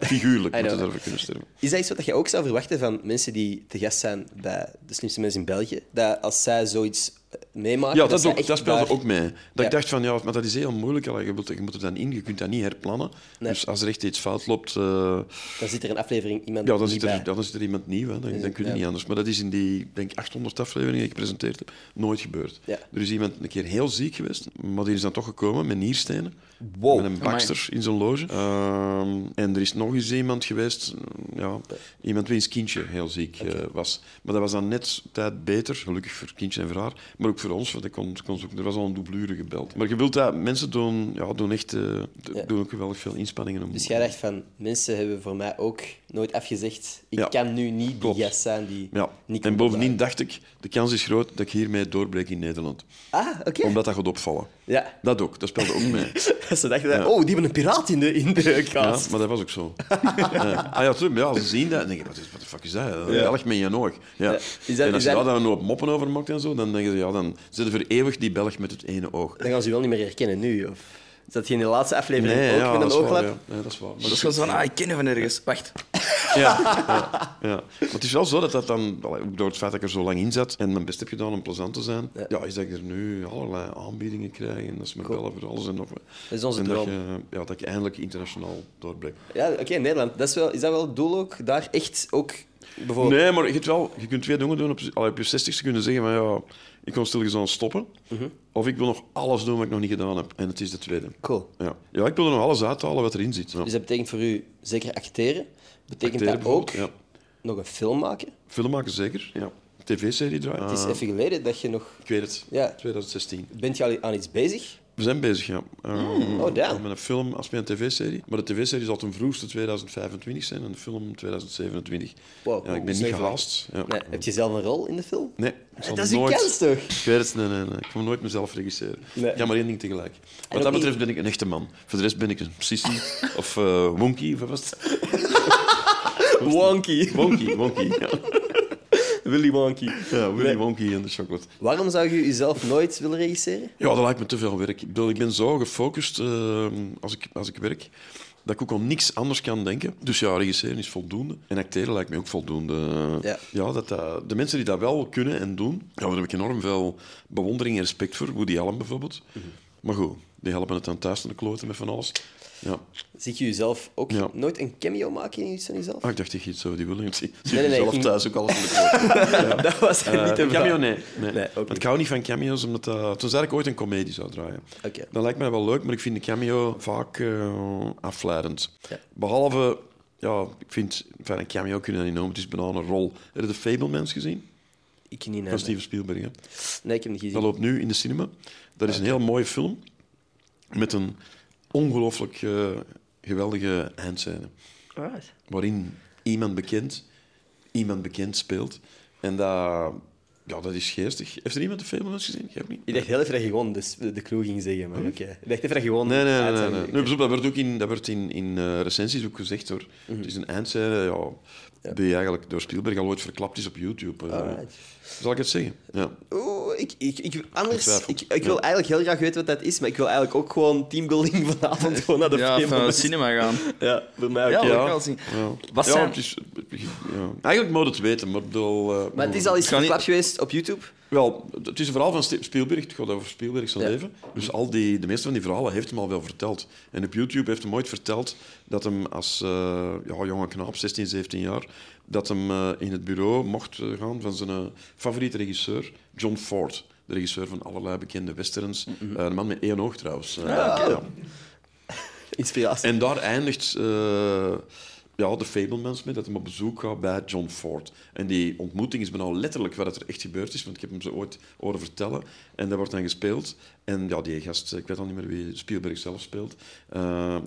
Speaker 2: figuurlijk
Speaker 1: I
Speaker 2: moet je
Speaker 1: know.
Speaker 2: daarvoor kunnen sterven.
Speaker 1: Is dat iets wat je ook zou verwachten van mensen die te gast zijn bij de slimste mensen in België? Dat als zij zoiets eh, meemaken...
Speaker 2: Ja, dat,
Speaker 1: zij
Speaker 2: ook,
Speaker 1: echt
Speaker 2: dat speelde
Speaker 1: daar-
Speaker 2: ook mee. Dat
Speaker 1: Ja.
Speaker 2: ik dacht van, ja, maar dat is heel moeilijk. Allee, Je, wilt- je moet er dan in, je kunt dat niet herplannen.
Speaker 1: Nee.
Speaker 2: Dus als er echt iets fout loopt, eh,
Speaker 1: Dan zit er een aflevering iemand
Speaker 2: ja, dan,
Speaker 1: niet
Speaker 2: zit er,
Speaker 1: bij.
Speaker 2: dan is er iemand nieuw. Hè. Dan, dan kun je
Speaker 1: ja.
Speaker 2: niet anders. Maar dat is in die denk, 800 afleveringen die ik gepresenteerd heb nooit gebeurd.
Speaker 1: Ja.
Speaker 2: Er is iemand een keer heel ziek geweest, maar die is dan toch gekomen met nierstenen.
Speaker 1: Wow.
Speaker 2: Met een bakster in zijn loge. Ehm, en er is nog eens iemand geweest, mm, ja, iemand wiens kindje heel ziek eh, was. Maar dat was dan net op tijd beter, gelukkig voor het kindje en voor haar, maar ook voor ons, want ik kon, kon ze ook, er was al een doublure gebeld. Maar je wilt dat, mensen doen, ja, doen echt, eh, d-
Speaker 1: Ja.
Speaker 2: doen ook geweldig veel inspanningen om...
Speaker 1: Dus jij dacht van, mensen hebben voor mij ook nooit afgezegd... Ik
Speaker 2: Ja.
Speaker 1: kan nu niet
Speaker 2: Klopt.
Speaker 1: die gast zijn die...
Speaker 2: Ja,
Speaker 1: niet komt
Speaker 2: en bovendien dacht ik, de kans is groot dat ik hiermee doorbreek in Nederland.
Speaker 1: Ah, oké.
Speaker 2: Omdat dat gaat opvallen.
Speaker 1: Ja.
Speaker 2: Dat ook, dat speelde ook mee.
Speaker 1: Ze dachten, dat, oh, die hebben een piraat in de, in de
Speaker 2: Ja,
Speaker 1: kast.
Speaker 2: maar dat was ook zo. ja. Ah ja, tuurlijk, maar ja, ze zien dat en denken, wat, is, wat de fuck is dat? Een
Speaker 4: Ja.
Speaker 2: Belg met je oog. Ja.
Speaker 1: Ja. Is dat-
Speaker 2: en als
Speaker 1: is
Speaker 2: je
Speaker 1: dat-
Speaker 2: daar dan een hoop moppen over maakt en zo, dan denken ze, ja, dan zitten voor eeuwig die Belg met het ene oog.
Speaker 1: Dan gaan ze je wel niet meer herkennen nu, of... Is dat je in de laatste aflevering ook
Speaker 2: ja,
Speaker 1: met
Speaker 2: dat
Speaker 1: een
Speaker 2: is waar,
Speaker 1: ooglap?
Speaker 2: ja. Nee, dat is waar. Maar
Speaker 4: Dat
Speaker 2: dat
Speaker 4: is wel zo van, ah, ik ken je van ergens. Wacht.
Speaker 2: Ja. ja, ja. Maar het is wel zo dat dat dan, allee, ook door het feit dat ik er zo lang in zat en mijn best heb gedaan om plezant te zijn, ja. is dat ik er nu allerlei aanbiedingen krijg en dat ze me bellen voor alles en nog wat.
Speaker 1: Dat is onze
Speaker 2: en dat,
Speaker 1: droom.
Speaker 2: je, ja, dat ik eindelijk internationaal doorbreek.
Speaker 1: Ja, oké, Nederland. Dat is, wel, is dat wel het doel ook? Daar echt ook Bijvoorbeeld.
Speaker 2: Nee, maar je, hebt wel, je kunt twee dingen doen. Op, allee, op je 60 kunnen zeggen: van, ja, ik kon stilgezond stoppen.
Speaker 1: Mhm.
Speaker 2: Of ik wil nog alles doen wat ik nog niet gedaan heb. En het is de tweede.
Speaker 1: Cool.
Speaker 2: Ja, ja ik wil er nog alles uithalen wat erin zit. Ja.
Speaker 1: Dus dat betekent voor u zeker acteren. Betekent
Speaker 2: Acteren
Speaker 1: dat ook
Speaker 2: bijvoorbeeld,
Speaker 1: nog een film maken?
Speaker 2: Film maken zeker. Ja. TV-serie draaien.
Speaker 1: Het is
Speaker 2: Ah,
Speaker 1: even geleden dat je nog...
Speaker 2: Ik weet het.
Speaker 1: Ja.
Speaker 2: 2016.
Speaker 1: Bent je al aan iets bezig?
Speaker 2: We zijn bezig, ja. Uh,
Speaker 1: oh, damn.
Speaker 2: Met een film als met een tv-serie. Maar de tv-serie zal ten vroegste 2025 zijn en de film 2027.
Speaker 1: Wow,
Speaker 2: ja, ik
Speaker 1: dat
Speaker 2: ben
Speaker 1: is
Speaker 2: niet
Speaker 1: niet
Speaker 2: gehaast. Ja.
Speaker 1: Nee. Heb je zelf een rol in de film?
Speaker 2: Nee, ik zal
Speaker 1: Dat is je
Speaker 2: nooit-
Speaker 1: kans, toch?
Speaker 2: Ik weet het, nee, nee, nee. Ik wil nooit mezelf regisseren.
Speaker 1: Nee.
Speaker 2: Ik kan maar één ding tegelijk.
Speaker 1: ook
Speaker 2: Wat dat
Speaker 1: niet-
Speaker 2: betreft ben ik een echte man. Voor de rest ben ik een sissy of eh wonky, of wat was het?
Speaker 1: Wonky.
Speaker 2: Wonky, wonky. Ja,
Speaker 1: Willy Wonky.
Speaker 2: ja Willy
Speaker 1: Nee.
Speaker 2: Wonky en de chocolade.
Speaker 1: Waarom zou je jezelf nooit willen regisseren?
Speaker 2: Ja, dat lijkt me te veel werk. Ik, bedoel, ik ben zo gefocust eh, als, ik, als ik werk, dat ik ook aan niks anders kan denken. Dus ja, regisseren is voldoende. En acteren lijkt me ook voldoende.
Speaker 1: Ja.
Speaker 2: dat, dat- de mensen die dat wel kunnen en doen, ja, daar heb ik enorm veel bewondering en respect voor. Woody Allen bijvoorbeeld.
Speaker 1: Mhm.
Speaker 2: Maar goed, die helpen het dan thuis aan de kloten met van alles. Ja.
Speaker 1: Zie je jezelf ook
Speaker 2: Ja.
Speaker 1: nooit een cameo maken in iets van jezelf?
Speaker 2: Ah, ik dacht echt iets zo, die Williams. Die
Speaker 1: nee, nee,
Speaker 2: zelf
Speaker 1: ik ging-
Speaker 2: thuis ook alles aan de kloten.
Speaker 1: dat was
Speaker 2: Eh,
Speaker 1: niet
Speaker 2: een
Speaker 1: een
Speaker 2: cameo, nee. nee.
Speaker 1: Nee, ook
Speaker 2: Want
Speaker 1: niet.
Speaker 2: Ik hou niet van cameo's, omdat eh, dat... Tenzij ik ooit een komedie zou draaien.
Speaker 1: Oké.
Speaker 2: Dat lijkt mij wel leuk, maar ik vind de cameo vaak eh, afleidend.
Speaker 1: Ja.
Speaker 2: Behalve... Ja, ik vind... Enfin, een cameo kun je dat niet noemen, het is bijna een rol. Heb je de Fablemans gezien?
Speaker 1: Ik niet, nee.
Speaker 2: Van Steven Spielberg, hè?
Speaker 1: Nee, ik heb hem niet
Speaker 2: Dat
Speaker 1: gezien.
Speaker 2: loopt nu in de cinema. Dat is een heel mooie film met een ongelooflijk eh, geweldige eindscène. Waarin iemand bekend iemand bekend speelt. En dat, ja, dat is geestig. Heeft er iemand de film wel eens gezien? Ik heb niet.
Speaker 1: Ik dacht heel even dat je gewoon de, de crew ging zeggen, maar oké. Ik dacht even dat je gewoon...
Speaker 2: Hm? Nee, nee, nee.
Speaker 1: Ah,
Speaker 2: nee,
Speaker 1: sorry.
Speaker 2: nee. Nee, pas op, dat werd ook in, dat werd in, in eh, recensies ook gezegd hoor.
Speaker 1: Mhm.
Speaker 2: Het is een eindscène, ja, die eigenlijk door Spielberg al ooit verklapt is op YouTube. eh.
Speaker 1: Alright.
Speaker 2: Zal ik het zeggen? Ja.
Speaker 1: Oeh, ik, ik, ik, anders,
Speaker 2: twijfel.
Speaker 1: ik, ik wil eigenlijk heel graag weten wat dat is, maar ik wil eigenlijk ook gewoon teambuilding vanavond gewoon naar de
Speaker 4: Ja,
Speaker 1: film.
Speaker 4: van naar de cinema gaan.
Speaker 1: Ja, voor mij ook.
Speaker 4: Ja,
Speaker 1: ja.
Speaker 4: dat kan zien.
Speaker 2: Ja.
Speaker 4: Wat
Speaker 2: ja,
Speaker 4: zijn-
Speaker 2: het is, ja. Eigenlijk moet het weten, maar ik bedoel... eh,
Speaker 1: Maar het is al
Speaker 4: Ik
Speaker 1: eens
Speaker 4: ga niet-
Speaker 1: een klap geweest op YouTube.
Speaker 2: Wel, het is een verhaal van Ste- Spielberg. Het gaat over Spielberg zijn
Speaker 1: Ja.
Speaker 2: leven. Dus al die, de meeste van die verhalen heeft hem al wel verteld. En op YouTube heeft hem ooit verteld dat hem als eh, ja, jonge knaap, 16, 17 jaar, dat hem eh, in het bureau mocht eh, gaan van zijn eh, favoriete regisseur, John Ford. De regisseur van allerlei bekende westerns. Eh, een man met één oog trouwens. Eh, ja.
Speaker 1: Inspiratie.
Speaker 2: En daar eindigt eh, ja, de Fablemans mee, dat hij op bezoek gaat bij John Ford. En die ontmoeting is bijna letterlijk wat er echt gebeurd is, want ik heb hem zo ooit horen vertellen. En dat wordt dan gespeeld. En ja, die gast, ik weet al niet meer wie Spielberg zelf speelt, eh,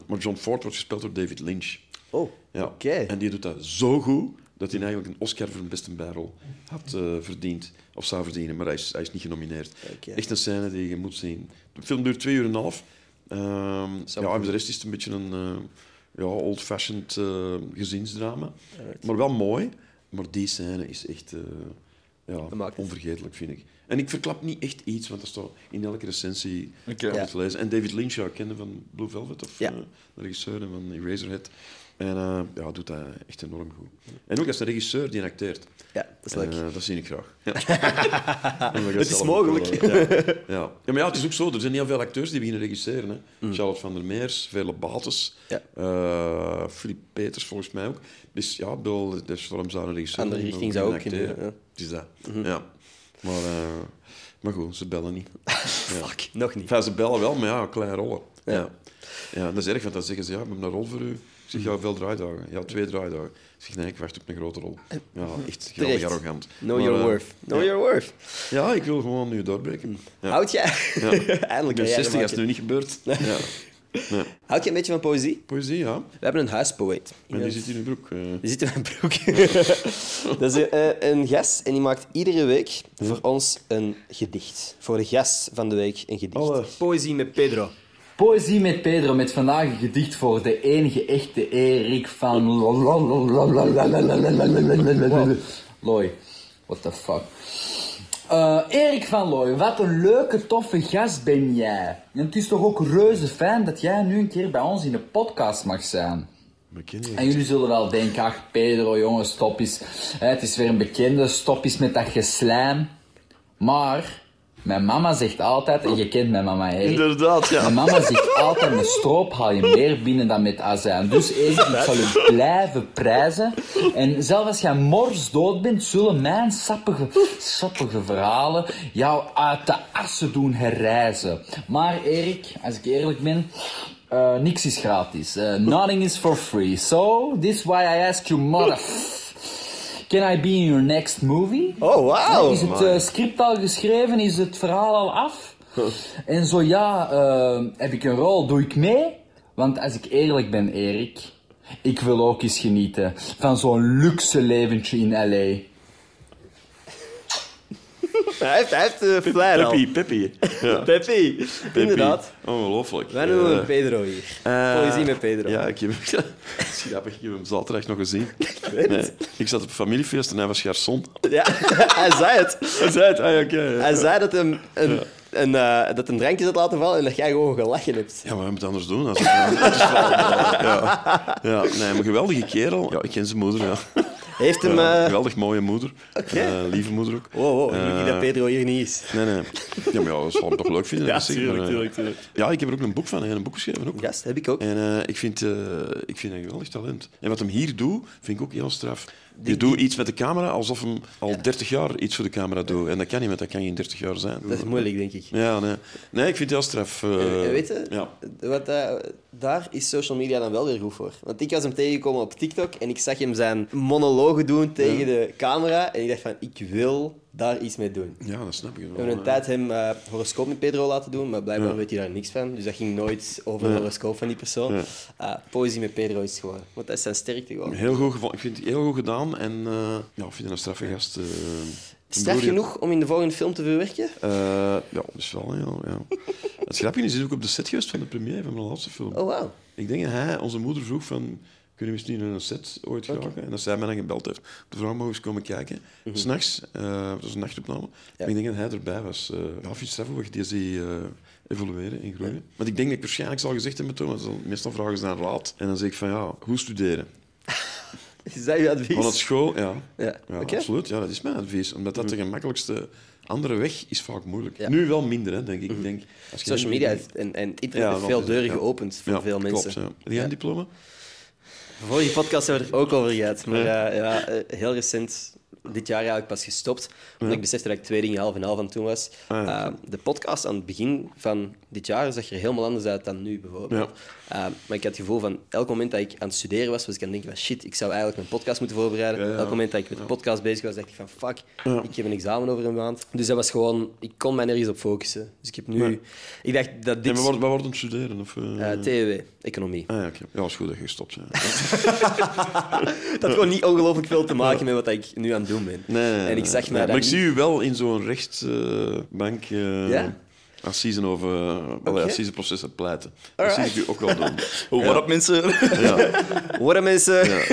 Speaker 2: maar John Ford wordt gespeeld door David Lynch.
Speaker 1: Oh,
Speaker 2: Ja.
Speaker 1: oké.
Speaker 2: En die doet dat zo goed dat hij eigenlijk een Oscar voor een beste bijrol had eh, verdiend. Of zou verdienen, maar hij is, hij is niet genomineerd.
Speaker 1: Oké.
Speaker 2: Echt een scène die je moet zien. De film duurt twee uur en een half. Ehm, ja, en voor de rest is het een beetje een eh, ja, old-fashioned eh, gezinsdrama. Maar wel mooi. Maar die scène is echt eh, ja,
Speaker 1: maakt het.
Speaker 2: onvergetelijk, vind ik. En ik verklap niet echt iets, want dat staat in elke recensie
Speaker 4: Oké.
Speaker 2: kan je het lezen. En David Lynch, ja, kennen van Blue Velvet, of
Speaker 1: Ja.
Speaker 2: eh, de regisseur en van Eraserhead. En eh, ja, doet dat echt enorm goed. En ook als een regisseur die acteert.
Speaker 1: Ja, dat is
Speaker 2: En,
Speaker 1: leuk.
Speaker 2: eh, dat zie ik graag. Ja.
Speaker 1: Het is mogelijk.
Speaker 2: Ja. Ja. ja, maar ja, het is ook zo. Er zijn heel veel acteurs die beginnen regisseren. Hè. Charlotte van der Meers, Vele Bates,
Speaker 1: Mm. Ja.
Speaker 2: eh, Philip Peters volgens mij ook. Dus ja, Bill, dus waarom zou een regisseur...
Speaker 1: Andere
Speaker 2: niet, maar
Speaker 1: richting zou ook
Speaker 2: beginnen
Speaker 1: kunnen, Mm-hmm.
Speaker 2: acteren? Het is dat, ja. Maar, eh, maar goed, ze bellen niet. Ja.
Speaker 1: Fuck, nog niet.
Speaker 2: Enfin, ze bellen wel, maar ja, kleine rollen.
Speaker 1: Ja.
Speaker 2: Ja. Ja. dat is erg, want dan zeggen ze, ja, ik heb een rol voor u. Ik zeg, ja, veel draaidagen. Ja, twee draaidagen. Ik zeg, nee, ik wacht op een grote rol. Ja, echt
Speaker 1: Eh, Terecht.
Speaker 2: geweldig arrogant.
Speaker 1: Know
Speaker 2: Maar,
Speaker 1: your
Speaker 2: eh,
Speaker 1: worth. Know your worth.
Speaker 2: Ja, ik wil gewoon nu doorbreken. Ja.
Speaker 1: Houd jij...
Speaker 2: Ja. Ik
Speaker 1: Eindelijk carrière
Speaker 2: ben 60, als
Speaker 1: maken.
Speaker 2: het nu niet gebeurt. Ja.
Speaker 1: Houd je een beetje van poëzie?
Speaker 2: Poëzie, ja.
Speaker 1: We hebben een huispoëet.
Speaker 2: En die zit in uw broek. eh.
Speaker 1: Die zit in mijn broek. dat is een, eh, een gast en die maakt iedere week voor ons een gedicht. Voor de gast van de week een gedicht. Poëzie met Pedro.
Speaker 6: Poëzie met Pedro, met vandaag een gedicht voor de enige echte Erik van... Looi. What the fuck. Eh, Erik van Looy, wat een leuke, toffe gast ben jij. En het is toch ook reuze fijn dat jij nu een keer bij ons in de podcast mag zijn.
Speaker 2: Maar ik ken die.
Speaker 6: En jullie zullen wel denken, ach Pedro, jongen, stop eens. Hè, Het is weer een bekende, stop eens met dat geslijm. Maar Mijn mama zegt altijd, en je kent mijn mama, Erik.
Speaker 4: Inderdaad, ja.
Speaker 6: Mijn mama zegt altijd, met stroop haal je meer binnen dan met azijn. Dus Erik, ik zal u blijven prijzen. En zelfs als jij mors dood bent, zullen mijn sappige, sappige verhalen jou uit de assen doen herrijzen. Maar Erik, als ik eerlijk ben... eh, niks is gratis. Eh, nothing is for free. So, this is why I ask you, mother... Can I be in your next movie?
Speaker 1: Oh, wauw.
Speaker 6: Is het eh, script al geschreven? Is het verhaal al af? en zo ja, eh, heb ik een rol? Doe ik mee? Want als ik eerlijk ben, Erik, ik wil ook eens genieten van zo'n luxe leventje in L.A.
Speaker 1: Hij heeft, hij heeft eh, flair al.
Speaker 2: Peppy, Peppy. Ja, Peppy.
Speaker 1: Peppy. Inderdaad.
Speaker 2: Ongelooflijk.
Speaker 1: Wij noemen
Speaker 2: Eh,
Speaker 1: hem Pedro hier.
Speaker 2: eh,
Speaker 1: Poëzie met Pedro.
Speaker 2: Ja, ik heb hem... dat is grappig, ik heb hem zaterdag nog gezien. Nee, ik zat op een familiefeest en hij was garçon.
Speaker 1: Ja, hij zei het.
Speaker 2: Hij zei het, ah, ja, oké. ja.
Speaker 1: Hij zei dat hem een, een, eh, dat een drankje zat laten vallen en dat jij gewoon gelachen hebt.
Speaker 2: Ja, maar we moeten het anders doen. Als ja. ja, nee, maar geweldige kerel. Ja, ik ken zijn moeder, ja.
Speaker 1: Heeft hem...
Speaker 2: Ja,
Speaker 1: eh
Speaker 2: geweldig mooie moeder. Eh, lieve moeder ook.
Speaker 1: Wow, wow, gelukkig
Speaker 2: Eh,
Speaker 1: dat Pedro hier oh, niet is.
Speaker 2: Nee, nee. Ja, maar ja, dat zal hem toch leuk vinden.
Speaker 1: Ja,
Speaker 2: dat is zeker.
Speaker 1: tuurlijk,
Speaker 2: Maar, eh, Ja, ik heb er ook een boek van. Hij heeft een boek geschreven ook.
Speaker 1: Yes, heb ik ook.
Speaker 2: En eh, ik, vind, eh, ik vind hij een geweldig talent. En wat hem hier doet, vind ik ook heel straf. Je doet iets met de camera alsof hem al 30 jaar iets voor de camera doet. En dat kan niet, want dat kan geen 30 jaar zijn.
Speaker 1: Dat is moeilijk, denk ik.
Speaker 2: Ja, nee. Nee, ik vind het heel straf. eh.
Speaker 1: En weet je,
Speaker 2: Ja.
Speaker 1: wat, eh, daar is social media dan wel weer goed voor. Want ik was hem tegengekomen op TikTok en ik zag hem zijn monologen doen tegen de camera. En ik dacht van, ik wil daar iets mee doen.
Speaker 2: ja, dat snap ik wel.
Speaker 1: We hebben een
Speaker 2: ja.
Speaker 1: tijd hem eh horoscoop met Pedro laten doen, maar blijkbaar weet hij daar niks van. Dus dat ging nooit over het horoscoop van die persoon. Ah, poëzie met Pedro is gewoon, want dat is zijn sterkte gewoon.
Speaker 2: Heel goed gevonden. Ik vind het heel goed gedaan. En eh, ja, ik vind het een straffe gast. eh.
Speaker 1: Straf
Speaker 2: Broer,
Speaker 1: genoeg om in de volgende film te verwerken?
Speaker 2: eh, ja, dus wel. Ja, ja. Het grapje is, hij is ook op de set geweest van de première van mijn laatste film.
Speaker 1: Oh, wauw.
Speaker 2: Ik denk dat hij onze moeder vroeg van... Kunnen we misschien een set ooit gaan? En dat zij mij dan gebeld heeft. De vrouw mogen eens komen kijken.
Speaker 1: Mhm.
Speaker 2: S'nachts, eh dat was een nachtopname. En ik denk dat hij erbij was. Eh, ja, ik vind het straf hoe je die zie eh, evolueren en groeien. Want ik denk dat ik waarschijnlijk zal gezegd hebben toen, want dan- meestal vragen ze naar raad. En dan zeg ik van, ja, hoe studeren?
Speaker 1: Is dat uw advies?
Speaker 2: Van het school, ja.
Speaker 1: Ja, oké.
Speaker 2: absoluut. Ja, dat is mijn advies. Omdat dat de gemakkelijkste andere weg is vaak moeilijk.
Speaker 1: Ja. Mhm.
Speaker 2: Nu wel minder, hè, denk ik. Ik denk, als je
Speaker 1: Social
Speaker 2: nu-
Speaker 1: media heeft- en, en het internet
Speaker 2: Ja,
Speaker 1: heeft
Speaker 2: dat
Speaker 1: veel
Speaker 2: is-
Speaker 1: deuren
Speaker 2: ja.
Speaker 1: geopend voor
Speaker 2: Ja,
Speaker 1: veel
Speaker 2: klopt,
Speaker 1: mensen.
Speaker 2: ja. Heb jij een diploma?
Speaker 1: De vorige podcast hebben we er ook over gehad. Maar eh, ja, eh, heel recent, dit jaar eigenlijk pas gestopt. Omdat ik besefte dat ik twee dingen half en half aan toen was.
Speaker 2: Ah, ja.
Speaker 1: Eh, de podcast aan het begin van dit jaar zag er helemaal anders uit dan nu bijvoorbeeld. Eh, maar ik had het gevoel van elk moment dat ik aan het studeren was, was ik aan het denken van shit, ik zou eigenlijk mijn podcast moeten voorbereiden.
Speaker 2: Ja, ja.
Speaker 1: Elk moment dat ik met de podcast bezig was, dacht ik van fuck, ik heb een examen over een maand. Dus dat was gewoon, ik kon mij nergens op focussen. Dus ik heb nu, ik dacht dat
Speaker 2: Nee,
Speaker 1: dit...
Speaker 2: maar waar, waar wordt het studeren? Of, eh?
Speaker 1: eh, TEW, economie.
Speaker 2: Ah, ja, oké. ja, is goed dat je gestopt bent.
Speaker 1: Het had gewoon niet ongelooflijk veel te maken met wat ik nu aan het doen ben. en ik zeg
Speaker 2: nee.
Speaker 1: mij
Speaker 2: Maar
Speaker 1: dat
Speaker 2: ik
Speaker 1: niet-
Speaker 2: zie u wel in zo'n rechtsbank... eh
Speaker 1: Ja?
Speaker 2: Assisen of eh okay. assiseprocessen pleiten. Dat zie ik u ook wel doen.
Speaker 4: Hoe
Speaker 2: Ja.
Speaker 4: wordt dat, mensen?
Speaker 1: Horen mensen? Ja,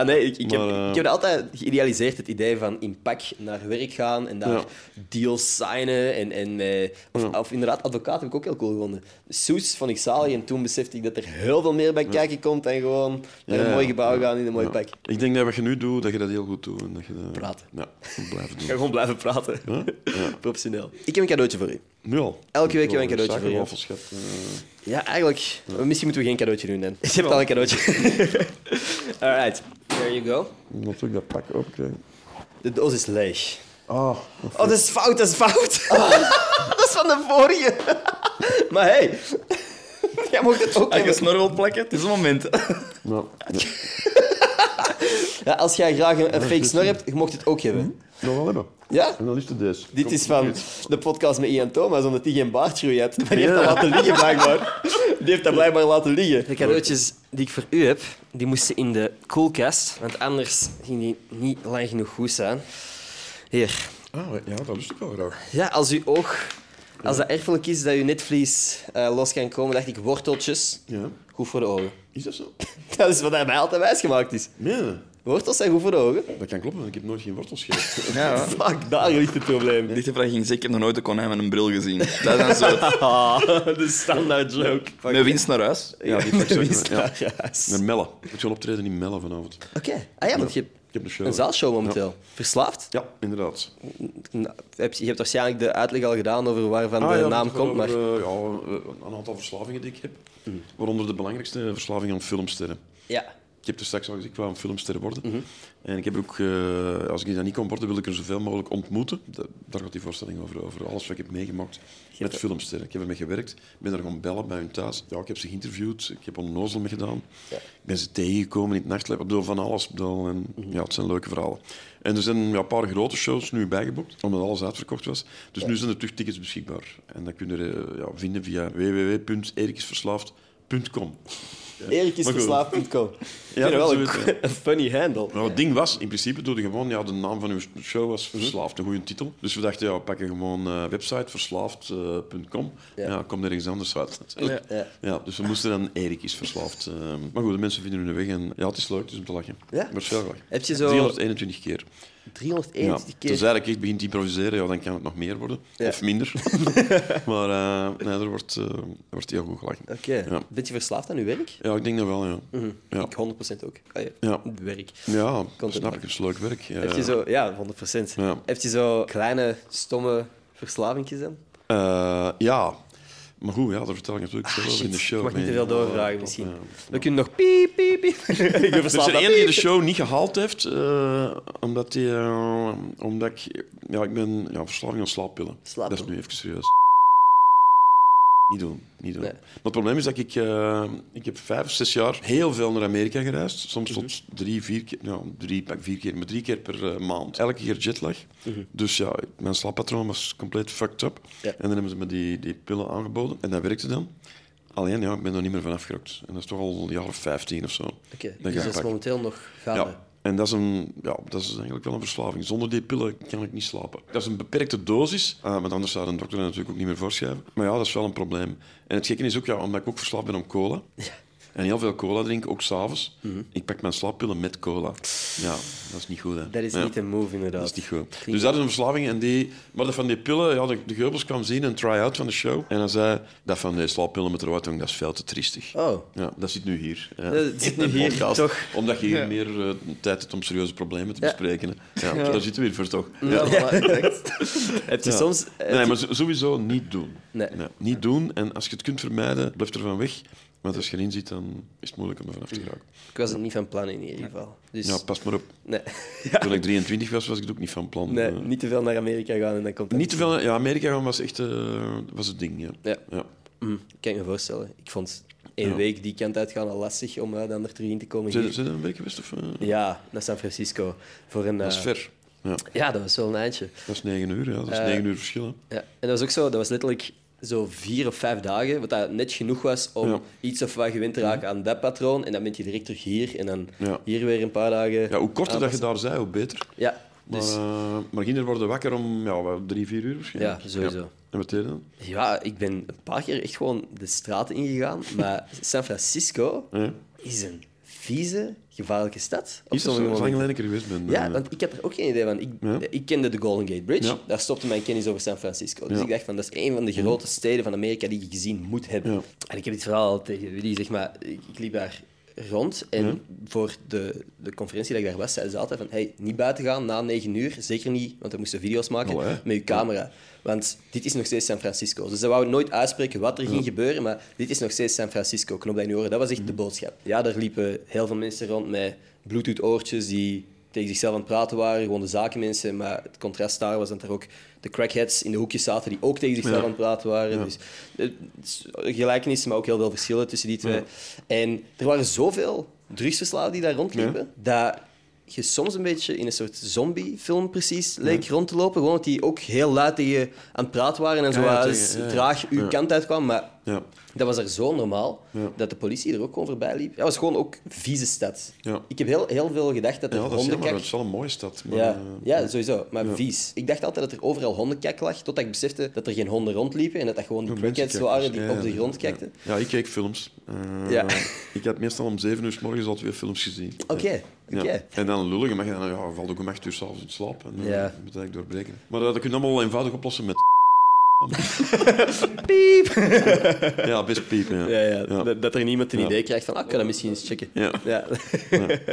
Speaker 1: eh. nee, ik, ik,
Speaker 2: Maar,
Speaker 1: heb,
Speaker 2: eh,
Speaker 1: ik heb dat altijd geïdealiseerd, het idee van in pak naar werk gaan en daar
Speaker 2: Ja.
Speaker 1: deals signen. En, en, eh, of, of inderdaad, advocaat heb ik ook heel cool gevonden. Soes vond ik zalig en toen besefte ik dat er heel veel meer bij kijken komt dan gewoon naar een
Speaker 2: Ja,
Speaker 1: mooi
Speaker 2: ja,
Speaker 1: gebouw
Speaker 2: ja.
Speaker 1: gaan in een mooi
Speaker 2: Ja.
Speaker 1: pak.
Speaker 2: Ik denk dat wat je nu doet, dat je dat heel goed doet. En dat je dat...
Speaker 1: Praten.
Speaker 2: Ja, moet blijven
Speaker 1: Ik ga
Speaker 2: doen.
Speaker 1: gewoon blijven praten. Professioneel. Ik heb een cadeautje voor u.
Speaker 2: Nu al.
Speaker 1: Elke week heb ik Mm. een cadeautje voor
Speaker 2: Zaken,
Speaker 1: je.
Speaker 2: wafelschap, eh.
Speaker 1: Ja, eigenlijk. Misschien moeten we geen cadeautje doen dan. Ik heb al een cadeautje. Alright, there you go.
Speaker 2: Moet ik dat pak opkrijgen?
Speaker 1: De doos is leeg. Oh, dat is fout, dat is fout. dat is van de vorige. maar hey, jij mocht het ook
Speaker 4: Als je
Speaker 1: hebben.
Speaker 4: een snor wilt plakken, het is een moment.
Speaker 2: Nou, ja.
Speaker 1: Ja, als jij graag een, een fake snor hebt, je mocht het ook hebben.
Speaker 2: nog wel hebben.
Speaker 1: Ja?
Speaker 2: En dan is het deze.
Speaker 1: Dit is van de podcast met Ian Thomas, omdat hij geen baardgroei had. Maar die heeft dat laten liggen, blijkbaar. Die heeft dat blijkbaar laten liggen. De cadeautjes die ik voor u heb, die moesten in de koelkast. Want anders ging die niet lang genoeg goed zijn. Hier,
Speaker 2: Ah, ja, dat lust ik wel graag.
Speaker 1: Ja, als uw oog, als dat erfelijk is dat uw netvlies eh, los kan komen, dacht ik worteltjes.
Speaker 2: Ja.
Speaker 1: Goed voor de ogen.
Speaker 2: Is dat zo?
Speaker 1: Dat is wat hij mij altijd wijsgemaakt is.
Speaker 2: Nee,
Speaker 1: Wortels zijn goed voor de ogen.
Speaker 2: dat kan kloppen, want ik heb nooit geen wortels gegeten.
Speaker 1: Fuck, daar ligt het probleem.
Speaker 4: Dit vraag ging zeker nog nooit een konijn met een bril gezien. Dat is dan zo.
Speaker 1: Ah, de standaard joke.
Speaker 4: Met winst naar huis.
Speaker 2: Ja, die pak
Speaker 1: Wist
Speaker 2: ja.
Speaker 1: daar juist.
Speaker 2: Naar Melle. Ik zal optreden in Melle vanavond.
Speaker 1: Oké, ah ja, want je hebt
Speaker 2: heb een show.
Speaker 1: Een zaalshow momenteel. Verslaafd?
Speaker 2: Ja, inderdaad.
Speaker 1: Nou, heb je, je hebt waarschijnlijk de uitleg al gedaan over waarvan
Speaker 2: Ah,
Speaker 1: de
Speaker 2: ja, dat
Speaker 1: naam
Speaker 2: gaat
Speaker 1: komt, maar... Mm.
Speaker 2: over, eh, ja, eh, een aantal verslavingen die ik heb. Waaronder de belangrijkste verslaving aan filmsterren.
Speaker 1: Ja.
Speaker 2: Ik heb er straks al gezegd, ik wou een filmster worden. En ik heb ook, eh, als ik dat niet kon worden, wil ik er zoveel mogelijk ontmoeten. Da- daar gaat die voorstelling over, over alles wat ik heb meegemaakt met filmsterren. Ik heb ermee gewerkt, ik ben er gaan bellen bij hun thuis. Ja, ik heb ze geïnterviewd, ik heb onnozel mee gedaan. Ik ben ze tegengekomen in het nachtleven, ik bedoel, van alles. Ik bedoel, en, Ja, het zijn leuke verhalen. En er zijn ja, een paar grote shows nu bijgeboekt, omdat alles uitverkocht was. Dus nu zijn er terug tickets beschikbaar. En dat kun je eh, ja, vinden via www.erikisverslaafd.com.
Speaker 1: Erik is
Speaker 2: Maar goed.
Speaker 1: verslaafd.com.
Speaker 2: Ja,
Speaker 1: Ja, wel een,
Speaker 2: zoiets,
Speaker 1: een funny handle.
Speaker 2: Nou, het ding was, in principe doe je gewoon, ja, de naam van uw show was Verslaafd, een goede titel. Dus we dachten, ja, we pakken gewoon eh, website verslaafd.com. ja. kom ergens anders uit. natuurlijk.
Speaker 1: Ja. Ja.
Speaker 2: Ja, dus we moesten dan Erik is verslaafd. eh, maar goed, de mensen vinden hun weg en ja, het is leuk, het is om te lachen.
Speaker 1: Ja?
Speaker 2: Maar het is veel gelachen.
Speaker 1: Heb je zo-
Speaker 2: 321 keer.
Speaker 1: 321
Speaker 2: ja.
Speaker 1: keer.
Speaker 2: Tenzij ik echt begin te improviseren, ja, dan kan het nog meer worden.
Speaker 1: Ja.
Speaker 2: Of minder. maar eh, nee, er wordt, eh, er wordt heel goed gelachen.
Speaker 1: Oké.
Speaker 2: Ja.
Speaker 1: Bent je verslaafd aan uw werk? Hm,
Speaker 2: ja, ik denk dat wel, ja. Ja.
Speaker 1: Mhm. Ik 100% ook. Ah, ja.
Speaker 2: Ja.
Speaker 1: Werk.
Speaker 2: Ja, dat
Speaker 1: het
Speaker 2: snap
Speaker 1: maken.
Speaker 2: ik. Het is leuk werk. Eh,
Speaker 1: Heb je
Speaker 2: Ja.
Speaker 1: zo... Ja, 100%.
Speaker 2: Ja.
Speaker 1: Heb je zo kleine, stomme verslavingjes dan?
Speaker 2: Eh, ja. Maar goed, ja, dat vertel ik natuurlijk zelf in de show.
Speaker 1: Ah, Ik mag niet
Speaker 2: mee.
Speaker 1: te veel doorvragen
Speaker 2: Ja,
Speaker 1: misschien.
Speaker 2: ja.
Speaker 1: Dan kun je nog piep, piep, piep. Ik ben
Speaker 2: Er is
Speaker 1: verslaafd
Speaker 2: er
Speaker 1: aan
Speaker 2: één die Dus de
Speaker 1: piep.
Speaker 2: show niet gehaald heeft, eh, omdat, die, eh, omdat ik... Ja, ik ben ja, verslaving aan slaappillen.
Speaker 1: Slaappillen.
Speaker 2: Dat is nu even serieus. Niet doen, niet doen.
Speaker 1: Nee.
Speaker 2: Maar het probleem is dat ik... eh, ik heb vijf, zes jaar heel veel naar Amerika gereisd. Soms tot
Speaker 1: Mhm.
Speaker 2: drie, vier keer... Nou, drie, pak vier keer, maar drie keer per eh, maand. Elke keer jetlag. Dus ja, mijn slaappatroon was compleet fucked up.
Speaker 1: Mhm. Ja.
Speaker 2: En dan hebben ze me die, die pillen aangeboden. En dat werkte dan. Alleen, ja, ik ben er niet meer van afgerukt. En dat is toch al een jaar of vijftien of zo.
Speaker 1: Oké,
Speaker 2: je
Speaker 1: dus dat is
Speaker 2: pakt.
Speaker 1: momenteel nog gaande.
Speaker 2: Ja. En dat is, een, ja, dat is eigenlijk wel een verslaving. Zonder die pillen kan ik niet slapen. Dat is een beperkte dosis, eh, want anders zou een dokter dat natuurlijk ook niet meer voorschrijven. Maar ja, dat is wel een probleem. En het gekke is ook, ja, omdat ik ook verslaafd ben aan cola. En heel veel cola drink, ook s'avonds.
Speaker 1: Mhm.
Speaker 2: Ik pak mijn slaappillen met cola. Ja, dat is niet goed, hè.
Speaker 1: Dat is
Speaker 2: Ja.
Speaker 1: niet een move, inderdaad.
Speaker 2: Dat is niet goed. Dus dat is een verslaving. En die, maar dat van die pillen, ja, de, de Geubels kwam zien, een try-out van de show. En hij zei, dat van die slaappillen met roodtong, dat is veel te triestig.
Speaker 1: Oh.
Speaker 2: Ja, dat zit nu hier. Ja.
Speaker 1: Dat zit nu
Speaker 2: In de
Speaker 1: hier, toch?
Speaker 2: Omdat je hier meer eh, tijd hebt om serieuze problemen te
Speaker 1: Ja.
Speaker 2: bespreken. hè. Ja, Daar zitten we hier voor, toch? Ja.
Speaker 1: Heb je
Speaker 2: Ja.
Speaker 1: soms... eh,
Speaker 2: Nee, maar zo- sowieso niet doen.
Speaker 1: Nee.
Speaker 2: niet doen. En als je het kunt vermijden, blijf er van weg. Want als je erin zit, dan is het moeilijk om er vanaf te geraken.
Speaker 1: Ik was het niet van plan in ieder geval. Dus...
Speaker 2: Ja, pas maar op.
Speaker 1: Nee.
Speaker 2: Toen ik 23 was, was ik het ook niet van plan.
Speaker 1: Nee,
Speaker 2: Eh,
Speaker 1: niet te veel naar Amerika gaan en dan komt dat
Speaker 2: Niet te veel. Ja, Amerika gaan was echt eh, was het ding. Ja.
Speaker 1: Ja.
Speaker 2: Ja.
Speaker 1: Mm, kan ik me voorstellen. Ik vond één
Speaker 2: Ja.
Speaker 1: week die kant uitgaan al lastig om eh, dan er terug in te komen.
Speaker 2: Zijn
Speaker 1: hier.
Speaker 2: zijn er een week geweest? Of, eh?
Speaker 1: Ja, naar San Francisco. Voor een,
Speaker 2: Dat is
Speaker 1: eh,
Speaker 2: ver. Ja.
Speaker 1: Ja, dat was wel een eindje.
Speaker 2: Dat is negen uur. Ja. Dat is
Speaker 1: Eh,
Speaker 2: negen uur verschil. hè.
Speaker 1: Ja. En dat was ook zo, dat was letterlijk zo vier of vijf dagen, wat dat net genoeg was om
Speaker 2: Ja. Mhm.
Speaker 1: iets of wat gewend te raken aan dat patroon. En dan ben je direct terug hier en dan
Speaker 2: Ja.
Speaker 1: hier weer een paar dagen.
Speaker 2: Ja, hoe korter dat je
Speaker 1: aanpassen.
Speaker 2: daar zei, hoe beter.
Speaker 1: Ja,
Speaker 2: Maar,
Speaker 1: dus
Speaker 2: eh, maar kinderen worden wakker om ja, wel drie, vier uur waarschijnlijk.
Speaker 1: Ja, sowieso.
Speaker 2: En wat deed je dan?
Speaker 1: ja, ik ben een paar keer echt gewoon de straten ingegaan. Maar San Francisco
Speaker 2: Ja.
Speaker 1: is een vieze, gevaarlijke stad. Op sommige
Speaker 2: Is dat zo? Zolang
Speaker 1: momenten.
Speaker 2: alleen ik er geweest ben.
Speaker 1: Ja,
Speaker 2: eh,
Speaker 1: want ik had er ook geen idee van. Ik,
Speaker 2: Ja.
Speaker 1: ik kende de Golden Gate Bridge.
Speaker 2: Ja.
Speaker 1: Daar stopte mijn kennis over San Francisco. Dus
Speaker 2: Ja.
Speaker 1: ik dacht van, dat is een van de grote steden van Amerika die je gezien moet hebben.
Speaker 2: Ja.
Speaker 1: En ik heb dit verhaal al tegen Willy zeg maar, ik, ik liep daar rond en voor de, de conferentie dat ik daar was, zeiden ze altijd van, hey, niet buiten gaan na 9 uur, zeker niet, want we moesten video's maken
Speaker 2: Wel, hè?
Speaker 1: met je camera. Want dit is nog steeds San Francisco. Dus ze wouden nooit uitspreken wat er ging gebeuren, maar dit is nog steeds San Francisco. Knop dat in je oren. Dat was echt
Speaker 2: Mhm.
Speaker 1: de boodschap. Ja, daar liepen heel veel mensen rond met bluetooth-oortjes die tegen zichzelf aan het praten waren, gewoon de zakenmensen. Maar het contrast daar was dat er ook de crackheads in de hoekjes zaten die ook tegen zichzelf
Speaker 2: Ja.
Speaker 1: aan het praten waren. Dus eh, gelijkenissen, maar ook heel veel verschillen tussen die twee. En er waren zoveel drugsverslaafden die daar rondliepen, dat je soms een beetje in een soort zombiefilm precies leek rond te lopen. Gewoon dat die ook heel luid tegen je aan het praten waren en zo
Speaker 2: Ja, ja,
Speaker 1: wat
Speaker 2: tegen- ja, ja.
Speaker 1: traag uw
Speaker 2: Ja.
Speaker 1: kant uitkwam. Maar
Speaker 2: ja.
Speaker 1: dat was er zo normaal
Speaker 2: Ja.
Speaker 1: dat de politie er ook gewoon voorbij liep. Dat was gewoon ook een vieze stad.
Speaker 2: Ja.
Speaker 1: Ik heb heel, heel veel gedacht dat er
Speaker 2: ja, dat is jammer.
Speaker 1: hondenkak...
Speaker 2: Het is wel een mooie stad. Maar,
Speaker 1: Ja,
Speaker 2: eh,
Speaker 1: ja, sowieso. Maar vies. Ik dacht altijd dat er overal hondenkak lag, totdat ik besefte dat er geen honden rondliepen en dat dat gewoon crackheads
Speaker 2: mensenkakkers.
Speaker 1: waren die
Speaker 2: dus- Ja, ja,
Speaker 1: op de
Speaker 2: ja.
Speaker 1: grond kijkten.
Speaker 2: Ja, ik keek films. Eh,
Speaker 1: Ja.
Speaker 2: Ik had meestal om zeven uur s morgens al twee films gezien.
Speaker 1: Oké,
Speaker 2: Ja. Ja.
Speaker 1: oké.
Speaker 2: En dan lullig, maar dan ja, valt ook om acht uur s'avonds in slaap. En dan
Speaker 1: Ja.
Speaker 2: moet ik doorbreken. Maar eh, dat kun je allemaal eenvoudig oplossen met Ja, best piep. Ja.
Speaker 1: Ja, ja,
Speaker 2: Ja.
Speaker 1: Dat, dat er niemand een
Speaker 2: Ja.
Speaker 1: idee krijgt van, ah, ik kan dat misschien eens checken.
Speaker 2: Ja.
Speaker 1: Ja.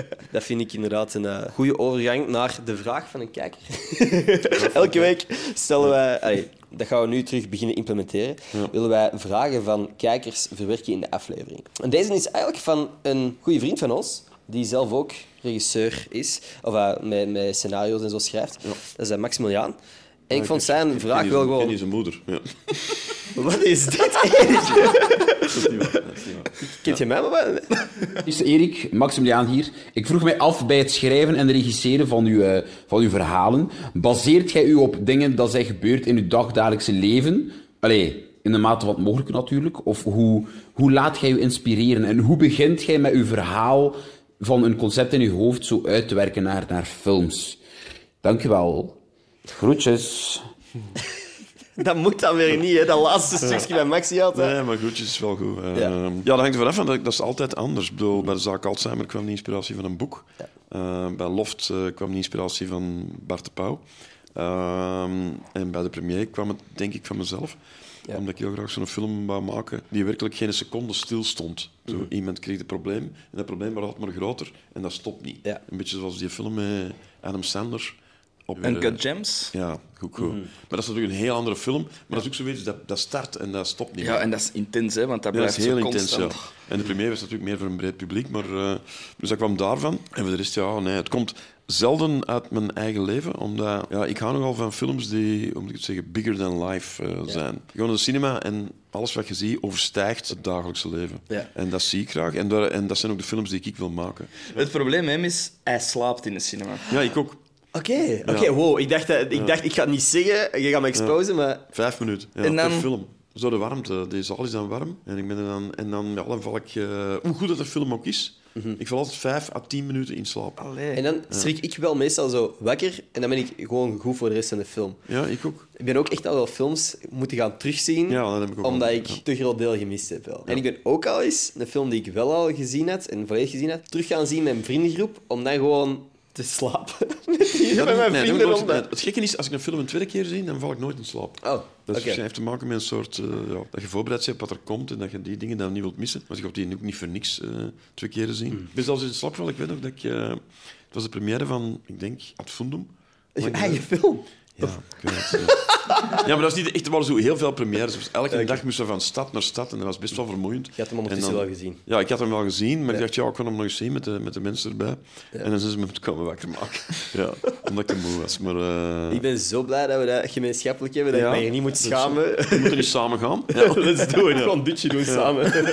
Speaker 1: Dat vind ik inderdaad een eh, goede overgang naar de vraag van een kijker. Elke week stellen wij, allee, dat gaan we nu terug beginnen implementeren, willen wij vragen van kijkers verwerken in de aflevering. En deze is eigenlijk van een goede vriend van ons, die zelf ook regisseur is, of eh, met, met scenario's en zo schrijft. Dat is eh, Maximiliaan. En Ah, ik vond zijn vraag
Speaker 2: Ken je
Speaker 1: wel
Speaker 2: zijn- Ken
Speaker 1: gewoon...
Speaker 2: je zijn moeder? Ja.
Speaker 1: Wat is dit?
Speaker 2: Dat is niet waar, dat is niet waar.
Speaker 1: Kent je mij maar wel?
Speaker 7: Is Erik, Maximiliaan hier. Ik vroeg mij af bij het schrijven en regisseren van uw, eh, van uw verhalen. Baseert jij u op dingen dat zijn gebeurd in uw dagdagelijkse leven? Allee, in de mate van het mogelijke natuurlijk. Of hoe, hoe laat jij je inspireren? En hoe begint jij met uw verhaal van een concept in uw hoofd zo uit te werken naar, naar films? Dankjewel. Groetjes.
Speaker 1: Dat moet dan weer niet, hè? dat laatste stukje bij Maxi had. hè.
Speaker 2: Nee, maar groetjes is wel goed. Eh,
Speaker 1: Ja.
Speaker 2: ja. dat hangt er vanaf, want dat dat is altijd anders. Ik bedoel, bij de zaak Alzheimer kwam de inspiratie van een boek. Eh, bij Loft eh, kwam de inspiratie van Bart de Pauw. Ehm, en bij de premier kwam het, denk ik, van mezelf. Omdat ik heel graag zo'n film wou maken die werkelijk geen seconde stil stond. Zo, Iemand kreeg een probleem en dat probleem werd altijd maar groter en dat stopt niet.
Speaker 1: Ja.
Speaker 2: Een beetje zoals die film met Adam Sandler. Op,
Speaker 4: En
Speaker 2: eh,
Speaker 4: Cut Gems.
Speaker 2: ja, goed, goed. Maar dat is natuurlijk een heel andere film. Maar dat is ook zoiets dat, dat start en dat stopt niet.
Speaker 4: Ja, en dat is intens, hè, want dat
Speaker 2: Ja, dat
Speaker 4: blijft
Speaker 2: is heel
Speaker 4: zo
Speaker 2: intens, ja.
Speaker 4: constant.
Speaker 2: En de premier was natuurlijk meer voor een breed publiek, maar... eh, dus dat kwam daarvan. En voor de rest, ja, nee, het komt zelden uit mijn eigen leven, omdat... Ja, ik hou nogal van films die, hoe moet ik het zeggen, bigger than life eh, zijn. Gewoon naar de cinema en alles wat je ziet overstijgt het dagelijkse leven.
Speaker 1: Ja.
Speaker 2: En dat zie ik graag. En, daar, en dat zijn ook de films die ik wil maken.
Speaker 4: Het probleem met hem is, hij slaapt in de cinema.
Speaker 2: Ja, ik ook.
Speaker 1: Oké, oké, wow. Ik dacht, dat- ik dacht, ik ga het niet zeggen, je gaat me exposen, maar...
Speaker 2: Vijf minuten. Ja,
Speaker 4: En dan-
Speaker 2: per film. Zo de warmte. Die zaal is dan warm. En, ik ben er dan, en dan, ja, dan val ik... eh, hoe goed dat de film ook is,
Speaker 4: Mhm.
Speaker 2: ik val altijd vijf à tien minuten in slaap.
Speaker 1: En dan schrik ik wel meestal zo wakker en dan ben ik gewoon goed voor de rest van de film.
Speaker 2: Ja, ik ook.
Speaker 1: Ik ben ook echt al wel films moeten gaan terugzien,
Speaker 2: Ja, dat heb ik ook
Speaker 1: omdat
Speaker 2: al,
Speaker 1: ik
Speaker 2: ja.
Speaker 1: te groot deel gemist heb wel. En ik ben ook al eens een film die ik wel al gezien had en volledig gezien had, terug gaan zien met mijn vriendengroep, om dan gewoon te slapen. Met, die-
Speaker 2: Ja,
Speaker 1: met
Speaker 2: dat-
Speaker 1: mijn
Speaker 2: nee, dat
Speaker 1: vrienden
Speaker 2: moet ik
Speaker 1: rond
Speaker 2: nooit-
Speaker 1: mij.
Speaker 2: nee, Het gekke is, als ik een film een tweede keer zie, dan val ik nooit in slaap.
Speaker 1: Oh,
Speaker 2: Dat
Speaker 1: oké.
Speaker 2: is- heeft te maken met een soort... eh, ja, dat je voorbereid bent op wat er komt en dat je die dingen dan niet wilt missen. Want ik heb die ook niet voor niks eh, twee keren
Speaker 1: Hmm.
Speaker 2: zien. Ik ben zelfs in slaap gevallen. Ik weet nog dat ik... eh, het was de première van, ik denk, Ad Fundum.
Speaker 1: Je eigen film.
Speaker 2: Ja, ik weet het, ja. ja, maar dat is niet echt. Er waren zo heel veel premières. Dus elke dag moesten we van stad naar stad en dat was best wel vermoeiend.
Speaker 1: Je had hem ondertussen wel gezien.
Speaker 2: Ja, ik had hem wel gezien, maar ik dacht, ja, ik kon hem nog eens zien met de, met de mensen erbij. En dan zijn ze me komen wakker maken. Ja, omdat ik te moe was. Maar eh
Speaker 1: Ik ben zo blij dat we dat gemeenschappelijk hebben, dat
Speaker 2: Ja.
Speaker 1: ik me hier niet moet schamen.
Speaker 2: we moeten niet samen gaan. Ja.
Speaker 1: Let's do it. Gewoon een dutje doen samen.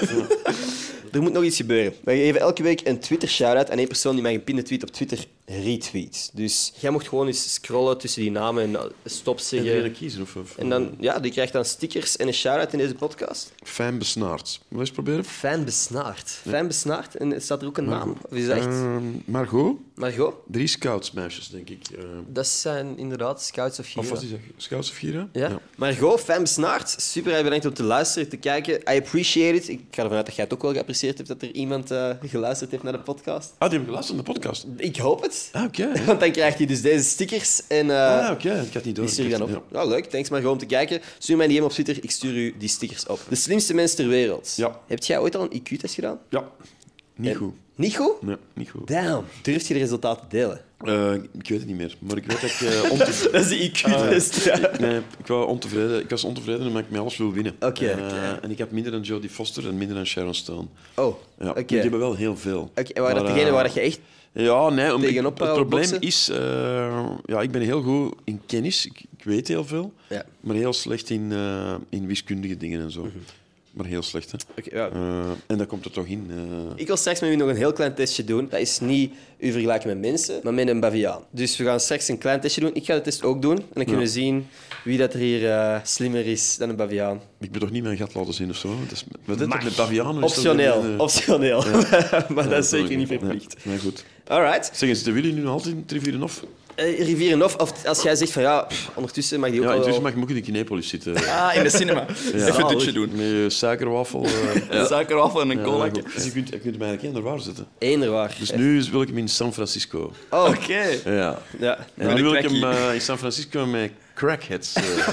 Speaker 1: Er moet nog iets gebeuren. Wij geven elke week een Twitter-shout-out aan één persoon die mijn gepinde tweet op Twitter retweet. Dus jij mocht gewoon eens scrollen tussen die namen en eh, stop
Speaker 2: En die ene
Speaker 1: zeggen.
Speaker 2: kiezen of, of
Speaker 1: En dan, ja, die krijgt dan stickers en een shout-out in deze podcast.
Speaker 2: fijn besnaard. Wil je eens proberen?
Speaker 1: Fijn besnaard. Fijn besnaard en staat er ook een naam. Of is dat echt...
Speaker 2: Ehm, Margot,
Speaker 1: Margot?
Speaker 2: drie scoutsmeisjes, denk ik. Eh,
Speaker 1: Dat zijn inderdaad scouts of
Speaker 2: of was
Speaker 1: Gira.
Speaker 2: die scouts of Gira?
Speaker 1: Ja. Margot, fijn besnaard. Super erg bedankt om te luisteren, te kijken. I appreciate it. Ik ga ervan uit dat jij het ook wel geapprecieerd hebt dat er iemand eh, geluisterd heeft naar de podcast.
Speaker 2: Ah, die hebben geluisterd aan de podcast.
Speaker 1: Ik hoop het.
Speaker 2: Ah, oké.
Speaker 1: Want dan krijgt hij dus deze stickers en eh,
Speaker 2: Ah, oké. Ik had niet door.
Speaker 1: die stuur je dan op.
Speaker 2: Ja.
Speaker 1: Ja. leuk, thanks maar gewoon om te kijken. Stuur mij een DM op Twitter, ik stuur u die stickers op. De slimste mens ter wereld.
Speaker 2: Ja.
Speaker 1: Heb jij ooit al een IQ-test gedaan?
Speaker 2: Ja, niet
Speaker 1: En-
Speaker 2: goed.
Speaker 1: Niet goed?
Speaker 2: Nee, niet goed.
Speaker 1: Damn. Durf je de resultaten delen?
Speaker 2: Eh, ik weet het niet meer, maar ik weet dat ik, eh, ontevreden,
Speaker 1: Dat is de IQ-test.
Speaker 2: ik, nee, ik, wou ontevreden, ik was ontevreden omdat ik met alles wil winnen.
Speaker 1: Oké.
Speaker 2: En, eh, En ik had minder dan Jodie Foster en minder dan Sharon Stone.
Speaker 1: Oh, oké.
Speaker 2: Ja, maar Die hebben wel heel veel.
Speaker 1: Oké, en waren dat
Speaker 2: Maar,
Speaker 1: degenen
Speaker 2: eh,
Speaker 1: waar je echt...
Speaker 2: Ja, nee, omdat ik-
Speaker 1: tegenop
Speaker 2: het
Speaker 1: wou
Speaker 2: probleem
Speaker 1: boksen?
Speaker 2: is... eh, ja, ik ben heel goed in kennis, ik, ik weet heel veel,
Speaker 1: Ja. Mhm.
Speaker 2: maar heel slecht in, eh, in wiskundige dingen en zo. Maar heel slecht, hè.
Speaker 1: Oké, ja.
Speaker 2: Eh, en dat komt er toch in. eh.
Speaker 1: Ik wil straks met u nog een heel klein testje doen. Dat is niet u vergelijken met mensen, maar met een baviaan. Dus we gaan straks een klein testje doen. Ik ga de test ook doen. En dan kunnen we zien wie dat er hier eh, slimmer is dan een baviaan.
Speaker 2: ik ben toch niet mijn gat laten zien of zo? Dat is, wat is dat met Bavianen? is dat
Speaker 1: Optioneel.
Speaker 2: met, eh,
Speaker 1: Optioneel. maar
Speaker 2: ja,
Speaker 1: dat is
Speaker 2: sorry.
Speaker 1: zeker niet
Speaker 2: Nee,
Speaker 1: verplicht.
Speaker 2: Nee, goed.
Speaker 1: Alright.
Speaker 2: Zeg eens, de Willy nu nog altijd in Trivieren of?
Speaker 1: eh, Rivieren of, of als jij zegt van ja, pff, ondertussen mag die ook
Speaker 2: Ja,
Speaker 1: al
Speaker 2: intussen
Speaker 1: wel...
Speaker 2: mag ik ook in de Kinepolis zitten.
Speaker 4: Ah, in de cinema. Even een dutje doen.
Speaker 2: Met eh, suikerwafel. eh,
Speaker 4: Een Suikerwafel en een
Speaker 2: ja,
Speaker 4: cola.
Speaker 2: goed. dus je kunt, je kunt hem eigenlijk eender waar zetten.
Speaker 1: Eender waar.
Speaker 2: Dus nu is- wil ik hem in San Francisco.
Speaker 1: Oh,
Speaker 4: Oké.
Speaker 2: Ja.
Speaker 1: ja.
Speaker 2: En
Speaker 4: Met
Speaker 2: nu
Speaker 4: een
Speaker 2: wil ik hem
Speaker 4: crackie.
Speaker 2: eh, in San Francisco met crackheads eh,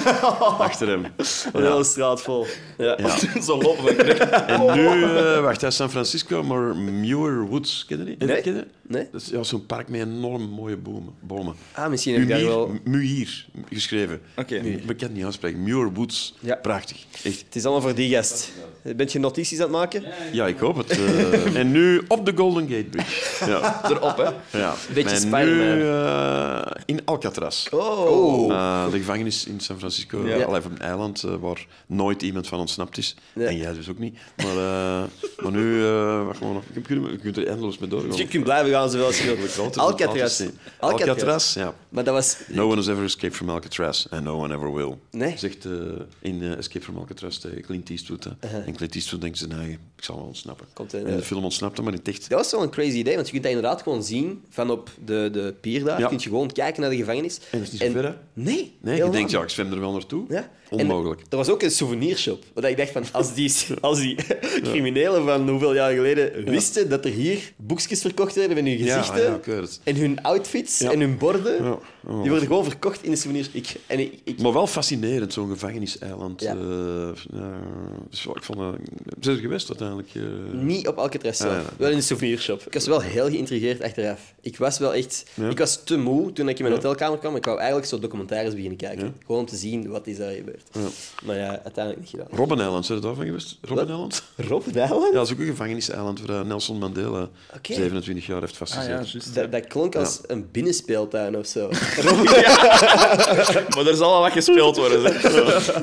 Speaker 2: achter hem.
Speaker 1: Een hele straat vol. Ja.
Speaker 4: Zo lopen we.
Speaker 2: En nu, eh, wacht, hij is San Francisco, maar Muir Woods, ken je die?
Speaker 1: Nee.
Speaker 2: Ken je die?
Speaker 1: Nee?
Speaker 2: Dat is ja, zo'n park met enorm mooie bomen. bomen.
Speaker 1: Ah, misschien heb ik daar
Speaker 2: Muir,
Speaker 1: wel...
Speaker 2: Muir, geschreven.
Speaker 4: Oké.
Speaker 2: Ik kan het niet uitspreken. Muir Woods,
Speaker 1: Ja.
Speaker 2: prachtig. Echt.
Speaker 1: Het is allemaal voor die gast. Bent je notities aan het maken?
Speaker 2: Ja, ik hoop het. eh. en nu op de Golden Gate Bridge. Ja.
Speaker 4: Erop, hè.
Speaker 2: Ja.
Speaker 1: Beetje
Speaker 2: en nu
Speaker 1: Spider-Man.
Speaker 2: eh, in Alcatraz.
Speaker 1: Oh.
Speaker 2: Eh, de gevangenis in San Francisco,
Speaker 4: Ja.
Speaker 2: al even op een eiland eh, waar nooit iemand van ontsnapt is.
Speaker 1: Nee.
Speaker 2: En jij dus ook niet. Maar, eh, maar nu, eh, wacht maar nog. Je kunt- je kunt er eindeloos mee doorgaan.
Speaker 1: Dus je kunt blijven gaan zowel als je
Speaker 2: Ik wil
Speaker 1: wilt.
Speaker 2: altijd-
Speaker 1: Alcatraz.
Speaker 2: altijd zien. Alcatraz, ja.
Speaker 1: Maar dat was...
Speaker 2: No one has ever escaped from Alcatraz, and no one ever will.
Speaker 1: Nee.
Speaker 2: Zegt eh, in eh, Escape from Alcatraz tegen Clint Eastwood. hè. En Clint Eastwood denkt, ze, nee, ik zal wel ontsnappen.
Speaker 1: Uh-huh. Komt hij,
Speaker 2: en de
Speaker 1: eh,
Speaker 2: film ontsnapt hem, maar in het echt...
Speaker 1: Dat was wel een crazy idee, want je kunt dat inderdaad gewoon zien van op de, de pier daar.
Speaker 2: Ja.
Speaker 1: Kun je gewoon kijken naar de gevangenis.
Speaker 2: En dat is niet zo ver, hè?
Speaker 1: Nee.
Speaker 2: Nee,
Speaker 1: heel
Speaker 2: je denkt,
Speaker 1: lang.
Speaker 2: ja, ik zwem er wel naartoe.
Speaker 1: Ja.
Speaker 2: Onmogelijk.
Speaker 1: En er was ook een souvenirshop. Waar ik dacht van, als die, als die criminelen van hoeveel jaar geleden wisten dat er hier boekjes verkocht werden met hun
Speaker 2: ja,
Speaker 1: gezichten
Speaker 2: ja, ik weet het.
Speaker 1: en hun outfits
Speaker 2: Ja.
Speaker 1: en hun borden,
Speaker 2: Ja. Oh.
Speaker 1: die worden gewoon verkocht in de souvenirs. Ik, en ik, ik-
Speaker 2: Maar wel fascinerend, zo'n gevangeniseiland.
Speaker 1: Ja.
Speaker 2: Eh, ja, dus wel, ik vond, eh, zijn er geweest uiteindelijk? eh?
Speaker 1: Niet op Alcatraz zelf,
Speaker 2: Ah, ja.
Speaker 1: wel in de souvenirshop. Ik was wel heel geïntrigeerd achteraf. Ik was wel echt...
Speaker 2: Ja.
Speaker 1: Ik was te moe toen ik in mijn hotelkamer kwam. Ik wou eigenlijk zo documentaires beginnen kijken. Gewoon om te zien wat is daar gebeurd. Maar ja, uiteindelijk niet gedaan.
Speaker 2: Robben Island, zijn er daarvan geweest? Robben
Speaker 1: Wat?
Speaker 2: Island?
Speaker 1: Rob Dylan?
Speaker 2: Ja, dat is ook een gevangeniseiland waar eh, Nelson Mandela
Speaker 1: Oké.
Speaker 2: 27 jaar heeft vastgezeten.
Speaker 1: Dat, dat klonk als een binnenspeeltuin of zo.
Speaker 4: Maar er zal al wat gespeeld worden. Zeg.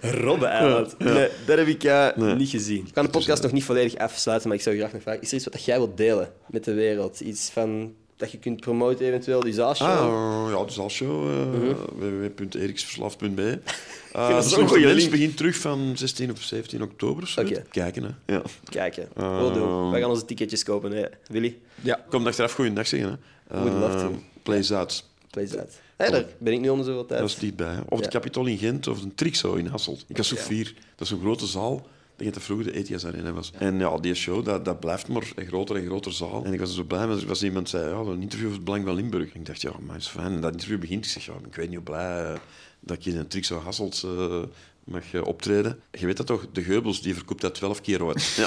Speaker 1: Robbeneiland. Nee, dat heb ik eh, niet gezien. Ik kan de podcast nog niet volledig afsluiten, maar ik zou graag nog vragen: is er iets wat dat jij wilt delen met de wereld? Iets van dat je kunt promoten, eventueel, die zaalshow?
Speaker 2: Ah, eh, ja, dus als show. eh www.eriksverslaafd.be.
Speaker 1: dat
Speaker 2: Eh de
Speaker 1: zo'n
Speaker 2: Slechte
Speaker 1: goeie
Speaker 2: Mens
Speaker 1: link.
Speaker 2: begint terug van 16 of 17 oktober. of zoiets.
Speaker 1: Oké.
Speaker 2: Kijken, hè. Ja.
Speaker 1: Kijken.
Speaker 2: Eh,
Speaker 1: We'll doen. Wij gaan onze ticketjes kopen, hè. Willy.
Speaker 2: Kom achteraf goeiedag zeggen, hè.
Speaker 1: Would love to.
Speaker 2: Eh, Plays out.
Speaker 1: Play that. Hey, daar ben ik nu om de zoveel tijd.
Speaker 2: Dat is dichtbij. hè. Of het
Speaker 1: Ja.
Speaker 2: Capitool in Gent of de Trixo in Hasselt. Ik was zo vier. Dat is een grote zaal. Ik denk dat dat vroeger de ETS Arena was. En ja, die show, dat, dat blijft maar een groter en groter zaal. En ik was er zo blij mee. Er was iemand die zei, ja, een interview over het belang van Limburg. En ik dacht, ja, maar is fijn. En dat interview begint. Ik zeg, ja, ik weet niet hoe blij eh, dat ik in een Trixo Hasselt eh, mag eh, optreden. Je weet dat toch? De Geubels, die verkoopt dat 12 keer ooit. Ja.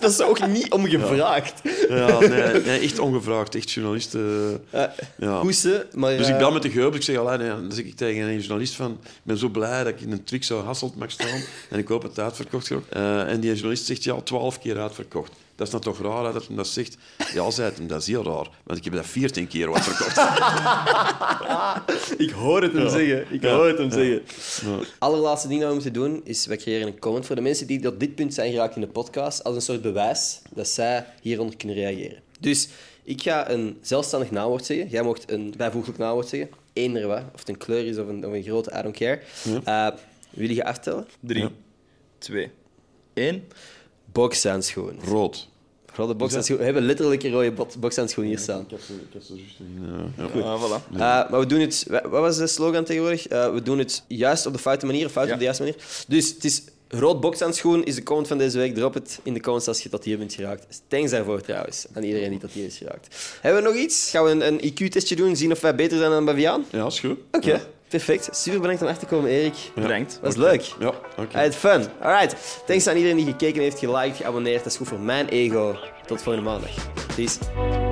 Speaker 1: Dat is ook niet om gevraagd.
Speaker 2: Ja, nee, nee, echt ongevraagd. Echt journalisten.
Speaker 1: Eh,
Speaker 2: ja.
Speaker 1: Koesen, maar...
Speaker 2: Dus ik
Speaker 1: eh,
Speaker 2: bel met de geubel, ik zeg al, nee, dan zeg ik tegen een journalist van, ik ben zo blij dat ik in een trick zou Hasselt mag staan en ik hoop dat het uitverkocht wordt. Eh, en die journalist zegt, ja, twaalf keer uitverkocht. Dat is nou toch raar hè, dat hij dat zegt? Ja, zei het hem, dat is heel raar, want ik heb dat veertien keer uitverkocht.
Speaker 1: Ik hoor het hem zeggen. Ik
Speaker 2: Ja.
Speaker 1: hoor het hem zeggen. Allerlaatste ding dat we moeten doen is, we creëren een comment voor de mensen die tot dit punt zijn geraakt in de podcast, als een soort bewijs dat zij hieronder kunnen reageren. Dus ik ga een zelfstandig naamwoord zeggen. Jij mocht een bijvoeglijk naamwoord zeggen. Eender wat. Of het een kleur is of een, of een grote, I don't care. Eh, wil je aftellen?
Speaker 4: Drie, twee, één.
Speaker 1: Bokshandschoen.
Speaker 2: Rood.
Speaker 1: Rode bokshandschoen. We hebben letterlijk een rode bot- bokshandschoen hier staan.
Speaker 4: Ah, voilà.
Speaker 1: Eh, maar we doen het... wa- Wat was de slogan tegenwoordig? Eh, we doen het juist op de foute manier, of fout
Speaker 4: Ja.
Speaker 1: op de juiste manier. Dus het is rood bokshandschoen is de comment van deze week. Drop het in de comments als je tot hier bent geraakt. Thanks daarvoor trouwens, aan iedereen die tot hier is geraakt. Hebben we nog iets? Gaan we een, een IQ-testje doen, zien of wij beter zijn dan Baviaan? Oké,
Speaker 2: Ja, is goed.
Speaker 1: perfect. Super bedankt om echt te komen, Erik.
Speaker 4: Bedankt.
Speaker 1: Was leuk.
Speaker 2: Ja, oké.
Speaker 1: I had fun. Alright. Thanks aan iedereen die gekeken heeft, geliked, geabonneerd. Dat is goed voor mijn ego. Tot volgende maandag. Peace.